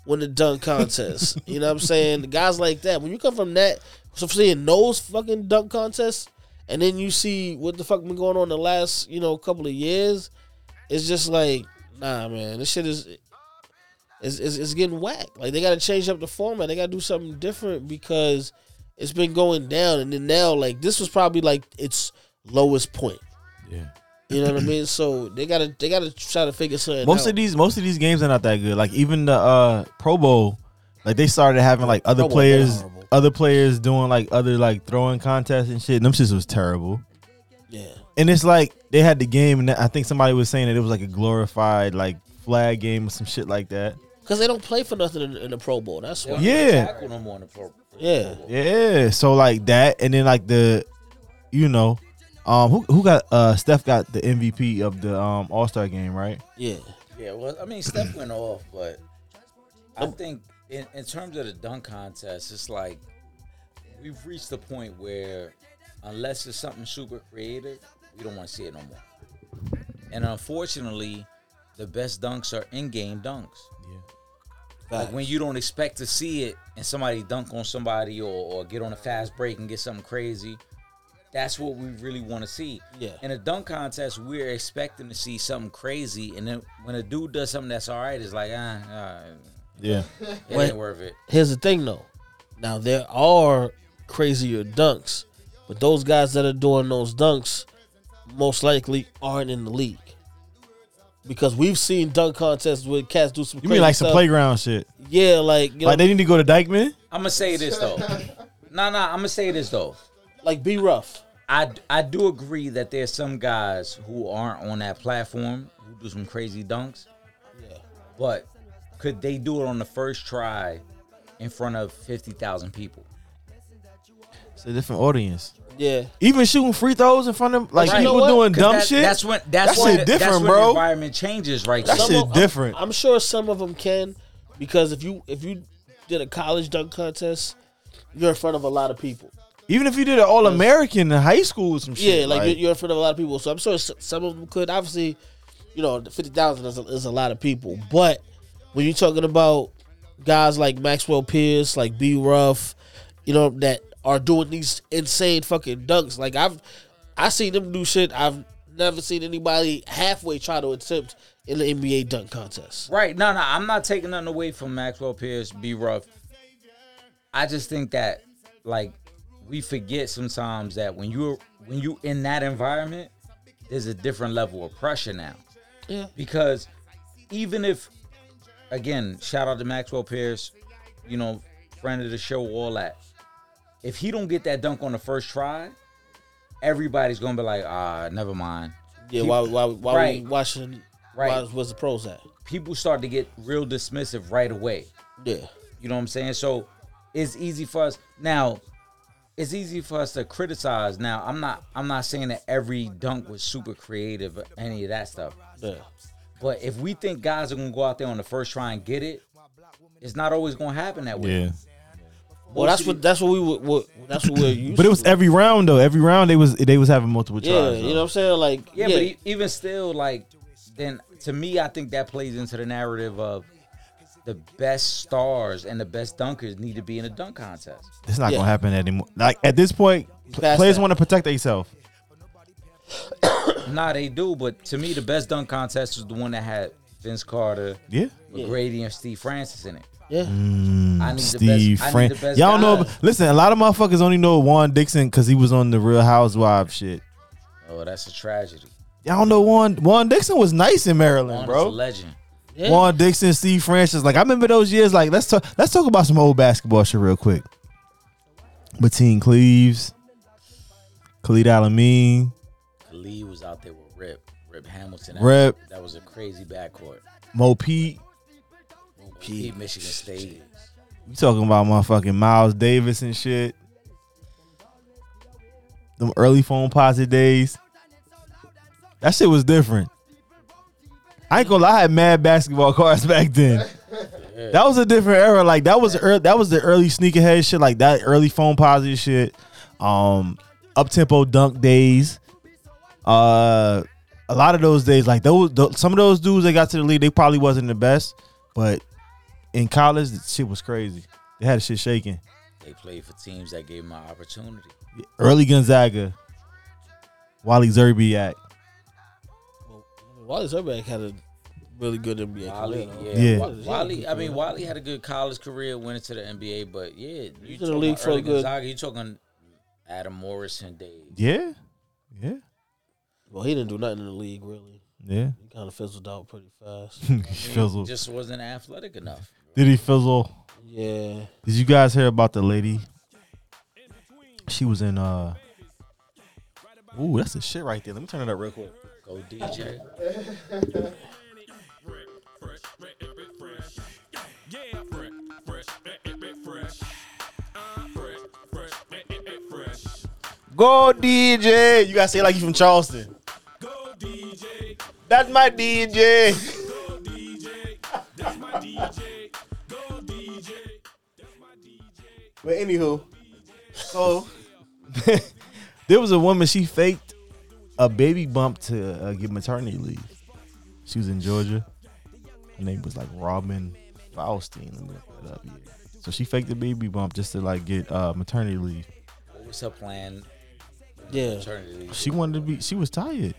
Speaker 4: win the dunk
Speaker 9: (laughs)
Speaker 4: contest. you know what I'm saying? Guys like that. When you come from that, so seeing those fucking dunk contests, and then you see what the fuck been going on the last you know couple of years, it's just like nah, man. This shit is. It's, it's, it's getting whacked. Like they got to change up the format. They got to do something different because it's been going down. And then now, like this was probably like its lowest point.
Speaker 9: Yeah.
Speaker 4: You know what
Speaker 9: (clears throat)
Speaker 4: I mean? So they gotta they gotta try to figure something
Speaker 9: Most
Speaker 4: out.
Speaker 9: of these most of these games are not that good. Like even the uh Pro Bowl, like they started having like other
Speaker 4: Pro Bowl,
Speaker 9: players
Speaker 4: they're horrible.
Speaker 9: other players doing like other like throwing contests and shit. And them shits was terrible.
Speaker 4: yeah,
Speaker 9: And it's like they had the game and I think somebody was saying that it was like a glorified like flag game or some shit like that.
Speaker 4: because they don't play for nothing in, in the Pro Bowl. That's why.
Speaker 9: Yeah.
Speaker 5: Tackle no more in the pro.
Speaker 4: Yeah.
Speaker 9: Yeah. So like that and then like the you know, um who who got uh Steph got the MVP of the um All Star game, right?
Speaker 4: yeah,
Speaker 5: Yeah, well, I mean, Steph went off, but I think in, in terms of the dunk contest, it's like we've reached the point where unless it's something super creative, we don't want to see it no more. And unfortunately, the best dunks are in-game dunks. Like when you don't expect to see it, and somebody dunk on somebody or, or get on a fast break and get something crazy. That's what we really want to see.
Speaker 4: Yeah.
Speaker 5: In a dunk contest, we're expecting to see something crazy, and then when a dude does something that's all right, it's like ah, ah,
Speaker 9: Yeah.
Speaker 5: it
Speaker 4: Wait.
Speaker 5: ain't worth it.
Speaker 4: Here's the thing though. Now there are crazier dunks, but those guys that are doing those dunks most likely aren't in the league because we've seen dunk contests where cats do some.
Speaker 9: You
Speaker 4: crazy
Speaker 9: mean like some
Speaker 4: stuff.
Speaker 9: playground shit.
Speaker 4: Yeah, like you know,
Speaker 9: Like they need to go to Dykeman?
Speaker 5: I'm gonna say this though. nah, nah. I'm gonna say this though.
Speaker 4: like be rough.
Speaker 5: I I do agree that there's some guys who aren't on that platform who do some crazy dunks. But could they do it on the first try in front of fifty thousand people?
Speaker 9: It's a different audience.
Speaker 4: Yeah,
Speaker 9: Even shooting free throws in front of like
Speaker 5: Right. You know
Speaker 9: people
Speaker 4: what?
Speaker 9: doing
Speaker 5: 'Cause
Speaker 9: dumb
Speaker 5: that-
Speaker 9: shit.
Speaker 5: That's when that's
Speaker 9: That
Speaker 5: when
Speaker 9: shit
Speaker 5: the,
Speaker 9: different,
Speaker 5: that's when
Speaker 9: bro.
Speaker 5: the environment changes right
Speaker 9: That
Speaker 5: there.
Speaker 9: shit
Speaker 4: of-
Speaker 9: different.
Speaker 4: I'm, I'm sure some of them can, because if you if you did a college dunk contest, you're in front of a lot of people.
Speaker 9: Even if you did an All American in high school, or some shit.
Speaker 4: yeah, like, you're, you're in front of a lot of people. So I'm sure s- some of them could. Obviously, you know, the fifty thousand is, a- is a lot of people. But when you're talking about guys like Maxwell Pierce, like B. Ruff, you know, that are doing these insane fucking dunks. Like I've, I seen them do shit I've never seen anybody halfway try to attempt in the NBA dunk contest.
Speaker 5: Right. No, no, I'm not taking nothing away from Maxwell Pierce, B Rough. I just think that like we forget sometimes that when you're when you in that environment, there's a different level of pressure now.
Speaker 4: Yeah.
Speaker 5: Because even if again, shout out to Maxwell Pierce, you know, friend of the show, all that. If he don't get that dunk on the first try, everybody's gonna be like, ah, never mind.
Speaker 4: Yeah, why why why
Speaker 5: Right.
Speaker 4: we watching
Speaker 5: Right.
Speaker 4: why was the pros at?
Speaker 5: People start to get real dismissive right away.
Speaker 4: Yeah.
Speaker 5: You know what I'm saying? So it's easy for us now. It's easy for us to criticize. Now I'm not. I'm not saying that every dunk was super creative or any of that stuff.
Speaker 4: Yeah.
Speaker 5: But if we think guys are gonna go out there on the first try and get it, it's not always gonna happen that way.
Speaker 9: Yeah.
Speaker 4: Well, that's what that's what we would what, that's what we we're
Speaker 9: (coughs)
Speaker 4: used.
Speaker 9: But it was
Speaker 4: to.
Speaker 9: every round though. Every round they was they was having multiple tries.
Speaker 4: yeah,
Speaker 9: though.
Speaker 4: you know what I'm saying? Like
Speaker 5: Yeah, but e- even still, like, then to me, I think that plays into the narrative of the best stars and the best dunkers need to be in a dunk contest.
Speaker 9: It's not
Speaker 4: Yeah.
Speaker 9: gonna happen anymore. Like at this point, pl-
Speaker 4: past
Speaker 9: players
Speaker 4: that.
Speaker 9: want to protect themselves.
Speaker 5: Nah, they do, but to me, the best dunk contest is the one that had Vince Carter,
Speaker 9: Yeah.
Speaker 5: McGrady, and Steve Francis in it.
Speaker 4: yeah.
Speaker 5: I
Speaker 9: Mm,
Speaker 5: need the
Speaker 9: Steve
Speaker 5: best. I need the
Speaker 9: Frank.
Speaker 5: best.
Speaker 9: Y'all know.
Speaker 5: guys.
Speaker 9: Listen, a lot of motherfuckers only know Juan Dixon because he was on the Real Housewives shit.
Speaker 5: Oh, that's a tragedy.
Speaker 9: Y'all know Juan. Juan Dixon was nice in Maryland,
Speaker 5: Juan
Speaker 9: bro.
Speaker 5: is a legend.
Speaker 4: Yeah.
Speaker 9: Juan Dixon, Steve Francis. Like I remember those years. Like let's talk. Let's talk about some old basketball shit real quick. Mateen Cleaves, Khalid Alameen,
Speaker 5: Lee was out there with Rip, Rip Hamilton. That-
Speaker 9: Rip.
Speaker 5: That was a crazy backcourt.
Speaker 9: Mo Pete.
Speaker 5: He Michigan State.
Speaker 9: You talking about motherfucking Miles Davis and shit. Them early phone posit days. That shit was different. I ain't gonna lie, I had mad basketball (laughs) cards back then. That was a different era. Like that was early, that was the early sneakerhead shit, like that early phone posit shit. Um up tempo dunk days. Uh a lot of those days, like those, those some of those dudes that got to the league, they probably wasn't the best, but in college, the shit was crazy. They had the shit shaking.
Speaker 5: They played for teams that gave him an opportunity.
Speaker 9: Early Gonzaga, Wally Zerbiak.
Speaker 4: Wally Zerbeck had a really good NBA
Speaker 5: Wally,
Speaker 4: career.
Speaker 5: yeah,
Speaker 4: though.
Speaker 9: Yeah.
Speaker 5: Wa- Wally. I mean, Wally had a good college career, went into the NBA, but yeah, you
Speaker 4: in the
Speaker 5: talking
Speaker 4: league
Speaker 5: about
Speaker 4: for a
Speaker 5: early
Speaker 4: good-
Speaker 5: Gonzaga, you talking Adam Morrison days.
Speaker 9: Yeah, yeah,
Speaker 4: Well, he didn't do nothing in the league really.
Speaker 9: yeah. (laughs)
Speaker 4: He kind of fizzled out pretty fast.
Speaker 9: fizzle.
Speaker 5: Just wasn't athletic enough.
Speaker 9: Did he fizzle?
Speaker 4: yeah.
Speaker 9: Did you guys hear about the lady? She was in. uh Ooh, that's the shit right there. Let me turn it up real quick.
Speaker 5: Go DJ.
Speaker 9: Go DJ. You gotta say it like you from Charleston. Go DJ. That's my DJ. Go DJ. That's my DJ. Go DJ. That's my DJ. But anywho, so (laughs) there was a woman. She faked a baby bump to uh, get maternity leave. She was in Georgia. Her name was like Robin Faustine. Let me look that up. Yeah. So she faked a baby bump just to like get uh, maternity leave.
Speaker 5: What was her plan?
Speaker 4: Yeah.
Speaker 5: Maternity.
Speaker 9: She wanted to be. She was tired.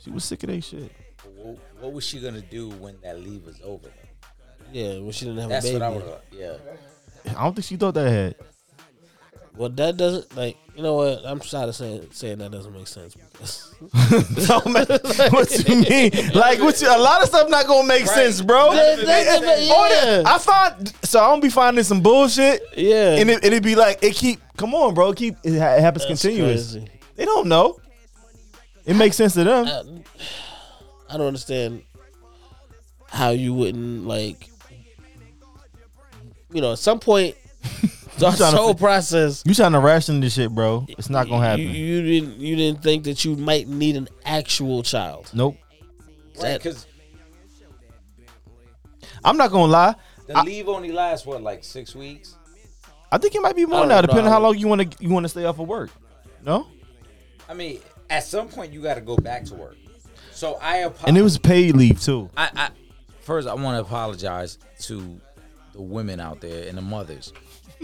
Speaker 9: She was sick of that shit.
Speaker 5: What, what was she gonna do when that leave was over? Though?
Speaker 4: Yeah, when she didn't have
Speaker 5: That's
Speaker 4: a
Speaker 5: what
Speaker 4: baby.
Speaker 5: I would. Yeah.
Speaker 9: I don't think she thought that had. (laughs)
Speaker 4: Well, that doesn't like you know what I'm tired of saying saying that doesn't make
Speaker 5: (laughs)
Speaker 4: sense because (laughs)
Speaker 9: So, man, what you mean? Like, what you, a lot of stuff not gonna make sense, bro.
Speaker 4: That- that- that-
Speaker 9: All that-
Speaker 4: yeah.
Speaker 9: I find so I don't be finding some bullshit,
Speaker 4: yeah,
Speaker 9: and it, it'd be like it keep. Come on, bro. It keep it, ha- it happens
Speaker 4: That's
Speaker 9: continuous.
Speaker 4: crazy. Uh,
Speaker 9: They don't know. It makes sense to them.
Speaker 4: I, I don't understand how you wouldn't like you know at some
Speaker 9: (laughs)
Speaker 4: point the
Speaker 9: trying to
Speaker 4: whole
Speaker 9: fi-
Speaker 4: process
Speaker 9: You trying to ration this shit, bro? It's not gonna
Speaker 4: you,
Speaker 9: happen.
Speaker 4: you didn't you didn't think that you might need an actual child
Speaker 9: Nope.
Speaker 4: That-
Speaker 5: Because
Speaker 9: I'm not gonna lie.
Speaker 5: the leave only lasts what, like six weeks?
Speaker 9: I think it might be more
Speaker 4: don't
Speaker 9: now, depending
Speaker 4: know.
Speaker 9: on how long you want to you want to stay off of work. No.
Speaker 5: I mean, at some point you got to go back to work. So I apologize.
Speaker 9: And it was paid leave too.
Speaker 5: I, I first I want to apologize to the women out there and the mothers.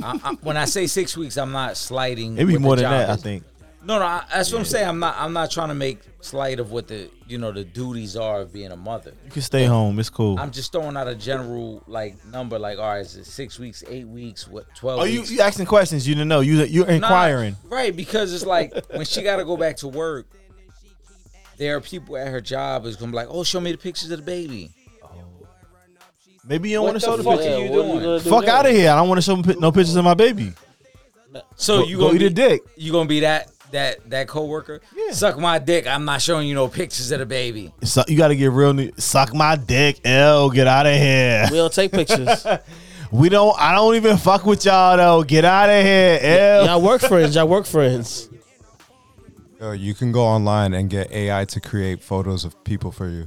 Speaker 5: I, I, when I say six weeks, I'm not slighting.
Speaker 9: It'd be
Speaker 5: what the
Speaker 9: more than
Speaker 5: job
Speaker 9: that, I
Speaker 5: is.
Speaker 9: think.
Speaker 5: No, no, I, that's what I'm saying. I'm not. I'm not trying to make slight of what the you know the duties are of being a mother.
Speaker 9: You can stay home. It's cool.
Speaker 5: I'm just throwing out a general like number. Like, all right, is it six weeks, eight weeks, what twelve?
Speaker 9: oh, you (laughs)
Speaker 5: weeks?
Speaker 9: you asking questions? You didn't know. You you're
Speaker 5: Nah,
Speaker 9: inquiring.
Speaker 5: right? Because it's like when she got to go back to work, there are people at her job is gonna be like, oh, show me the pictures of the baby.
Speaker 9: Maybe you don't
Speaker 5: What
Speaker 9: want to
Speaker 5: the
Speaker 9: show the
Speaker 5: fuck
Speaker 9: picture.
Speaker 5: are you
Speaker 4: what
Speaker 5: doing?
Speaker 4: gonna do
Speaker 9: Fuck
Speaker 4: now?
Speaker 9: out of here! I don't want to show pi- no pictures of my baby.
Speaker 5: So
Speaker 9: Go-
Speaker 5: you
Speaker 9: go
Speaker 5: gonna
Speaker 9: eat a
Speaker 5: be-
Speaker 9: dick.
Speaker 5: You gonna be that that that coworker?
Speaker 9: Yeah.
Speaker 5: Suck my dick. I'm not showing you no pictures of the baby.
Speaker 9: So you got to get real. New- Suck my dick, L. Get out of here.
Speaker 4: We don't take pictures.
Speaker 9: (laughs) We don't. I don't even fuck with y'all though. Get out of here, L.
Speaker 4: y'all work friends. Y'all work friends.
Speaker 8: Yo, you can go online and get AI to create photos of people for you.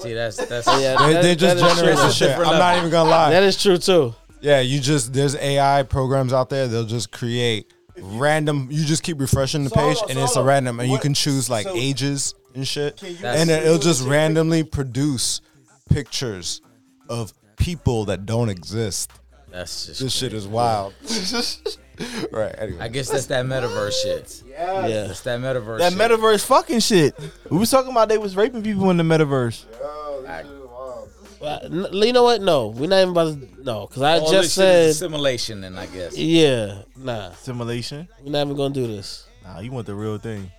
Speaker 5: See, that's that's
Speaker 4: Yeah,
Speaker 8: They,
Speaker 4: that-
Speaker 8: they just
Speaker 4: that is
Speaker 8: generate
Speaker 4: true.
Speaker 8: the shit.
Speaker 5: different
Speaker 8: I'm not even gonna lie.
Speaker 4: That is true too.
Speaker 8: Yeah, you just there's AI programs out there. They'll just create random. You just keep refreshing the
Speaker 6: So hold
Speaker 8: page,
Speaker 6: on,
Speaker 8: and
Speaker 6: so
Speaker 8: it's a
Speaker 6: hold on.
Speaker 8: random, and you
Speaker 6: What-
Speaker 8: can choose like
Speaker 6: so-
Speaker 8: ages and shit,
Speaker 6: you
Speaker 5: That's-
Speaker 9: uh,
Speaker 8: and it'll just
Speaker 6: see-
Speaker 8: randomly produce pictures of people that don't exist.
Speaker 5: that's just.
Speaker 8: This shit is
Speaker 6: (laughs)
Speaker 8: wild. (laughs) right. Anyway.
Speaker 5: I guess that's that metaverse shit.
Speaker 4: Yeah.
Speaker 5: That's that metaverse.
Speaker 9: That
Speaker 5: shit.
Speaker 9: metaverse fucking shit. We was talking about they was raping people in the metaverse.
Speaker 7: Yo, this shit is wild.
Speaker 4: Well, n- You know what? No, we're not even about to. No, because I
Speaker 5: All
Speaker 4: just
Speaker 5: this shit is a
Speaker 4: said.
Speaker 5: simulation, and I guess
Speaker 4: Yeah, nah,
Speaker 9: Simulation.
Speaker 4: we're not even gonna do this.
Speaker 9: Nah, you want the real thing.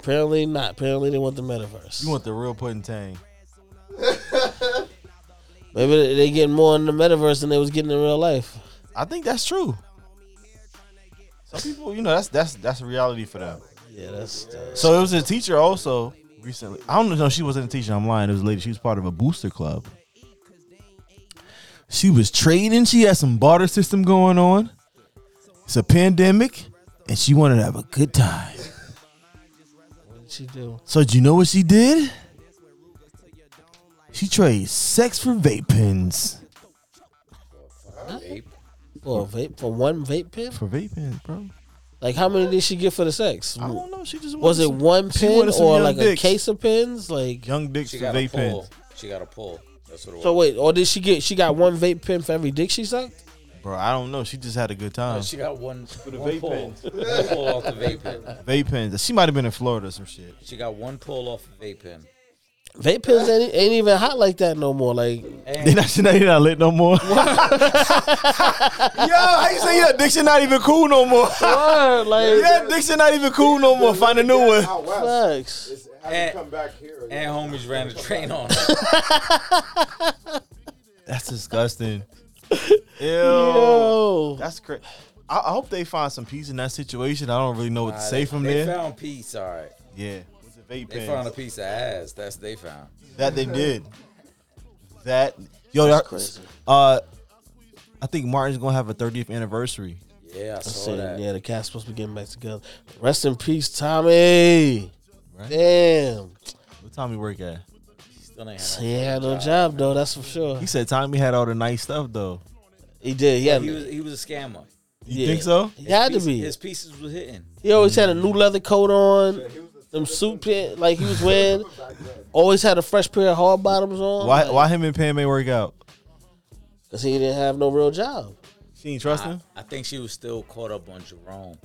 Speaker 4: Apparently not. Apparently they want the metaverse.
Speaker 9: You want the real pudding tang.
Speaker 4: Maybe they- they getting more in the metaverse than they was getting in real life.
Speaker 9: I think that's true. Some people, you know, that's that's that's reality for them.
Speaker 4: Yeah, that's. uh, that's
Speaker 9: So it was a teacher also recently. I don't know. She wasn't a teacher. I'm lying. It was a lady. She was part of a booster club. She was trading. She had some barter system going on. It's a pandemic, and she wanted to have a good time.
Speaker 4: what did she do?
Speaker 9: So do you know what she did? She traded sex for vape pens.
Speaker 4: For a vape, for one vape pen?
Speaker 9: For vape pens, bro.
Speaker 4: Like how many did she get for the sex?
Speaker 9: I don't know. She just
Speaker 4: Was
Speaker 9: wanted
Speaker 4: it
Speaker 9: some-
Speaker 4: one
Speaker 9: she
Speaker 4: pen
Speaker 9: wanted some
Speaker 4: or
Speaker 9: young
Speaker 4: like
Speaker 9: dicks.
Speaker 4: a case of pens? Like
Speaker 9: Young dicks
Speaker 5: she
Speaker 9: for
Speaker 5: got a
Speaker 9: vape
Speaker 5: pull.
Speaker 9: pens,
Speaker 5: She got a pull. That's what it was.
Speaker 4: so wait, or did she get she got one vape pen for every dick she sucked?
Speaker 9: bro. I don't know. She just had a good
Speaker 5: No,
Speaker 9: time.
Speaker 5: she got one, for
Speaker 9: the
Speaker 5: one
Speaker 9: vape
Speaker 5: pull.
Speaker 9: pens.
Speaker 5: One pull off the vape pen.
Speaker 9: Vape pens. She might have been in Florida or some shit.
Speaker 5: She got one pull off the vape pen.
Speaker 4: Vape pens ain't, ain't even hot like that no
Speaker 9: (laughs)
Speaker 4: more. Like
Speaker 9: (laughs) They not, she not, they not lit no more. (laughs) Yo, how you say your addiction not even cool no more? (laughs)
Speaker 4: word, like
Speaker 9: Your addiction not even cool no more. Find a new one.
Speaker 6: Oh,
Speaker 7: Out west,
Speaker 4: facts.
Speaker 7: it's having
Speaker 5: And-
Speaker 7: come back here.
Speaker 5: And homies ran a train on
Speaker 9: (laughs)
Speaker 5: her.
Speaker 9: That's (laughs) disgusting. Ew.
Speaker 4: Yo,
Speaker 9: That's crazy. I, I hope they find some peace in that situation. I don't really know what to say
Speaker 5: They-
Speaker 9: from
Speaker 5: they
Speaker 9: there.
Speaker 5: found peace, all right.
Speaker 9: yeah. With the vape
Speaker 5: They
Speaker 9: pens.
Speaker 5: found a piece of ass. That's they found.
Speaker 9: That they did. That yo, that,
Speaker 4: crazy.
Speaker 9: uh, I think Martin's gonna have a 30th anniversary.
Speaker 5: Yeah, I saw
Speaker 4: Saying,
Speaker 5: that.
Speaker 4: yeah, the cast supposed to be getting back together. Rest in peace, Tommy. Damn,
Speaker 9: What time he work at?
Speaker 5: Still ain't
Speaker 4: he
Speaker 5: had
Speaker 4: ain't had no job though. That's for sure.
Speaker 9: He said Tommy had all the nice stuff though.
Speaker 4: He did. Yeah,
Speaker 5: no- He was he was a scammer.
Speaker 9: You
Speaker 4: Yeah.
Speaker 9: think so?
Speaker 4: he had to
Speaker 5: His-
Speaker 4: be.
Speaker 5: His pieces was hitting.
Speaker 4: He always had a new leather coat on, them suit pants like he was wearing. Always had a fresh pair of hard bottoms on.
Speaker 9: Why why him and Pam may work out?
Speaker 4: Because he didn't have no real job.
Speaker 9: She ain't trust
Speaker 5: I,
Speaker 9: him?
Speaker 5: I think she was still caught up on Jerome.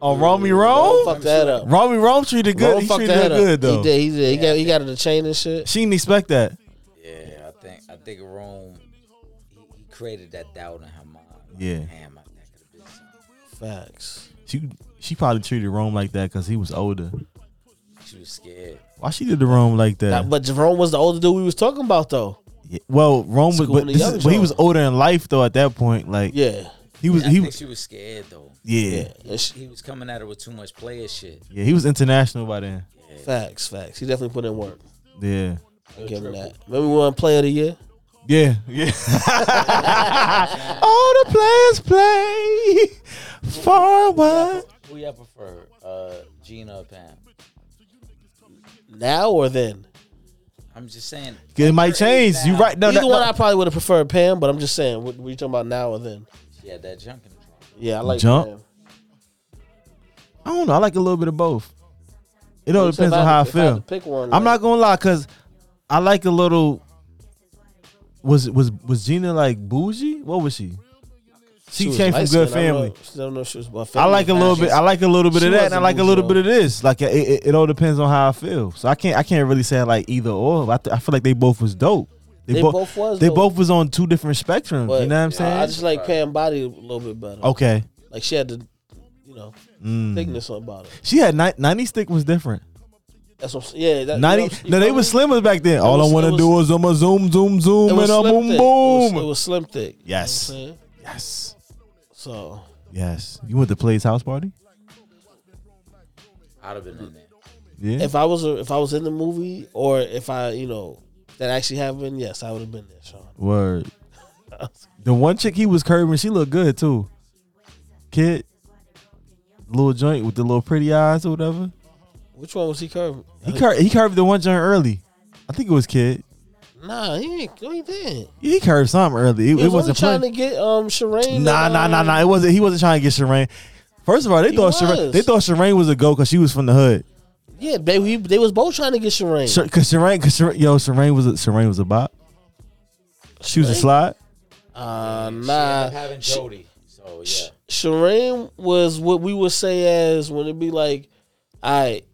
Speaker 9: Oh Romy
Speaker 4: Don't
Speaker 9: Rome?
Speaker 4: fuck that up.
Speaker 9: Romy Rome treated good.
Speaker 4: Don't
Speaker 9: he
Speaker 4: fuck
Speaker 9: treated her
Speaker 4: that
Speaker 9: good
Speaker 4: up.
Speaker 9: though.
Speaker 4: He did. He did. He got. He got her the chain and shit.
Speaker 9: She didn't expect that.
Speaker 5: Yeah, I think I think Jerome he, he created that doubt in her mind. Like,
Speaker 9: Yeah.
Speaker 5: Damn, I, that could have been something.
Speaker 4: Facts.
Speaker 9: She she probably treated Rome like that because he was older.
Speaker 5: She was scared.
Speaker 9: Why she did the Rome like that?
Speaker 4: Now, but Jerome was the older dude we was talking about though.
Speaker 9: Yeah, Well, Rome was,
Speaker 4: Schooling
Speaker 9: but,
Speaker 4: the
Speaker 9: this
Speaker 4: young
Speaker 9: is, but he was
Speaker 4: children.
Speaker 9: older in life though. At that point, like
Speaker 4: Yeah.
Speaker 9: he was,
Speaker 5: I
Speaker 9: he
Speaker 5: think
Speaker 9: was,
Speaker 5: she was scared though.
Speaker 9: yeah,
Speaker 4: And sh-
Speaker 5: He was coming at her with too much player shit.
Speaker 9: yeah, he was international by then.
Speaker 4: Facts. Facts. He definitely put in work.
Speaker 9: Yeah.
Speaker 4: I'll Give him that. Remember we won Player of the Year.
Speaker 9: Yeah, yeah. (laughs) All the players play forward.
Speaker 5: Who y'all prefer, uh, Gina or Pam?
Speaker 4: Now or then?
Speaker 5: I'm just saying.
Speaker 9: It might change. You right? No,
Speaker 4: Either
Speaker 9: that,
Speaker 4: one,
Speaker 9: no.
Speaker 4: I probably would have preferred Pam. But I'm just saying, what, what you talking about now or then?
Speaker 5: She had that junk in the trunk.
Speaker 4: Yeah, I like
Speaker 9: Jump.
Speaker 4: Pam.
Speaker 9: I don't know. I like a little bit of both. It all
Speaker 4: If
Speaker 9: depends
Speaker 4: I
Speaker 9: on
Speaker 4: had
Speaker 9: how I
Speaker 4: to- if had to
Speaker 9: feel.
Speaker 4: pick one.
Speaker 9: I'm
Speaker 4: like-
Speaker 9: not gonna lie, cause I like a little. Was was was Gina like bougie? What was she? She came from good family.
Speaker 4: Still don't know if she was about
Speaker 9: I
Speaker 4: family.
Speaker 9: like a little bit. I like a little bit
Speaker 4: She
Speaker 9: of that, and
Speaker 4: wasn't
Speaker 9: I like a little bit
Speaker 4: bougie.
Speaker 9: of this. Like it, it, it all depends on how I feel. So I can't. I can't really say like either or. but I, th- I feel like they both was dope.
Speaker 4: They
Speaker 9: bo-
Speaker 4: both was
Speaker 9: They
Speaker 4: dope.
Speaker 9: both was on two different spectrums.
Speaker 4: But
Speaker 9: you know what I'm saying? Oh.
Speaker 4: I just like Pam body a little bit better.
Speaker 9: okay.
Speaker 4: Like she had the, you know,
Speaker 9: Mm.
Speaker 4: thickness about it.
Speaker 9: She had ni- ninety stick was different.
Speaker 4: That's what. I'm, yeah. That, you know,
Speaker 9: Ninety.
Speaker 4: you
Speaker 9: No, they
Speaker 4: feel
Speaker 9: were
Speaker 4: me?
Speaker 9: slimmer back then. All
Speaker 4: was-
Speaker 9: I
Speaker 4: it
Speaker 9: want to
Speaker 4: was-
Speaker 9: do is I'm a zoom, zoom, zoom,
Speaker 4: It
Speaker 9: and
Speaker 4: was
Speaker 9: a
Speaker 4: slim
Speaker 9: uh, boom,
Speaker 4: thick. It
Speaker 9: boom.
Speaker 4: was, it was slim thick. You know what I'm
Speaker 9: Yes.
Speaker 4: saying?
Speaker 9: yes.
Speaker 4: So
Speaker 9: Yes. You went to Play's house party.
Speaker 5: I'd have been in there.
Speaker 9: Yeah.
Speaker 4: if I was if I was in the movie or if I you know that actually happened, yes, I would have been there, Sean. (laughs)
Speaker 9: Word. The one chick he was curving, she looked good too. Kid, little joint with the little pretty eyes or whatever.
Speaker 4: Which one was he curving?
Speaker 9: He cur- he curved the one joint early. I think it was Kid.
Speaker 4: Nah, he ain't. He didn't.
Speaker 9: He curved something early. It,
Speaker 4: He
Speaker 9: it
Speaker 4: was only
Speaker 9: wasn't
Speaker 4: trying
Speaker 9: playing.
Speaker 4: to get um Shireen.
Speaker 9: Nah,
Speaker 4: and,
Speaker 9: nah, nah,
Speaker 4: um,
Speaker 9: nah. It wasn't. He wasn't trying to get Shireen. First of all, they
Speaker 4: He
Speaker 9: thought
Speaker 4: was.
Speaker 9: Shireen, they thought Shireen was a go because she was from the hood.
Speaker 4: Yeah, they we, they was both trying to get Shireen.
Speaker 9: Because Shireen, cause Shireen, yo, Shireen was a, Shireen was a bop. She was a
Speaker 4: Shireen?
Speaker 9: slide.
Speaker 4: uh,
Speaker 5: Nah,
Speaker 4: nah.
Speaker 5: having
Speaker 4: Sh-
Speaker 5: Jody. So yeah,
Speaker 4: Shireen was what we would say as when it be like, all right,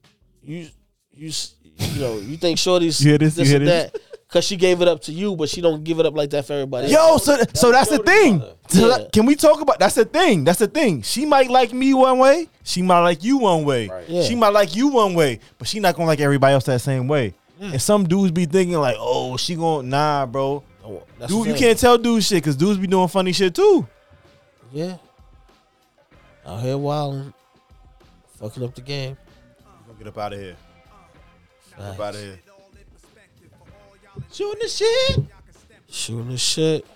Speaker 4: you you s- you know you think Shorty's
Speaker 9: You hear this? You hear
Speaker 4: and
Speaker 9: this?
Speaker 4: that because she gave it up to you, but she don't give it up like that for everybody. else.
Speaker 9: Yo, so so that's the thing. So
Speaker 4: Yeah.
Speaker 9: that- Can we talk about that's the thing? That's the thing. She might like me one way. She might like you one way.
Speaker 4: Yeah.
Speaker 9: She might like you one way, but she not gonna like everybody else that same way. And some dudes be thinking like, oh, she gonna nah, bro.
Speaker 4: Oh, that's
Speaker 9: Dude,
Speaker 4: the
Speaker 9: you
Speaker 4: thing.
Speaker 9: can't tell dudes shit because dudes be doing funny shit too.
Speaker 4: Yeah, out here wilding, fucking up the game.
Speaker 9: Get up out of here.
Speaker 4: Facts.
Speaker 9: Out of here.
Speaker 4: Shooting the shit. Shooting the shit.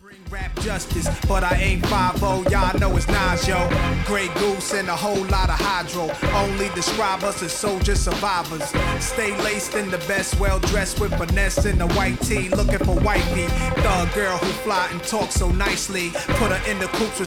Speaker 10: Bring Rap justice, but I ain't 5 y'all know it's Nas, yo. Grey Goose and a whole lot of hydro. Only describe us as soldier survivors. Stay laced in the best, well dressed with finesse in the white tee, looking for white meat. Thug girl who fly and talk so nicely. Put her in the coops with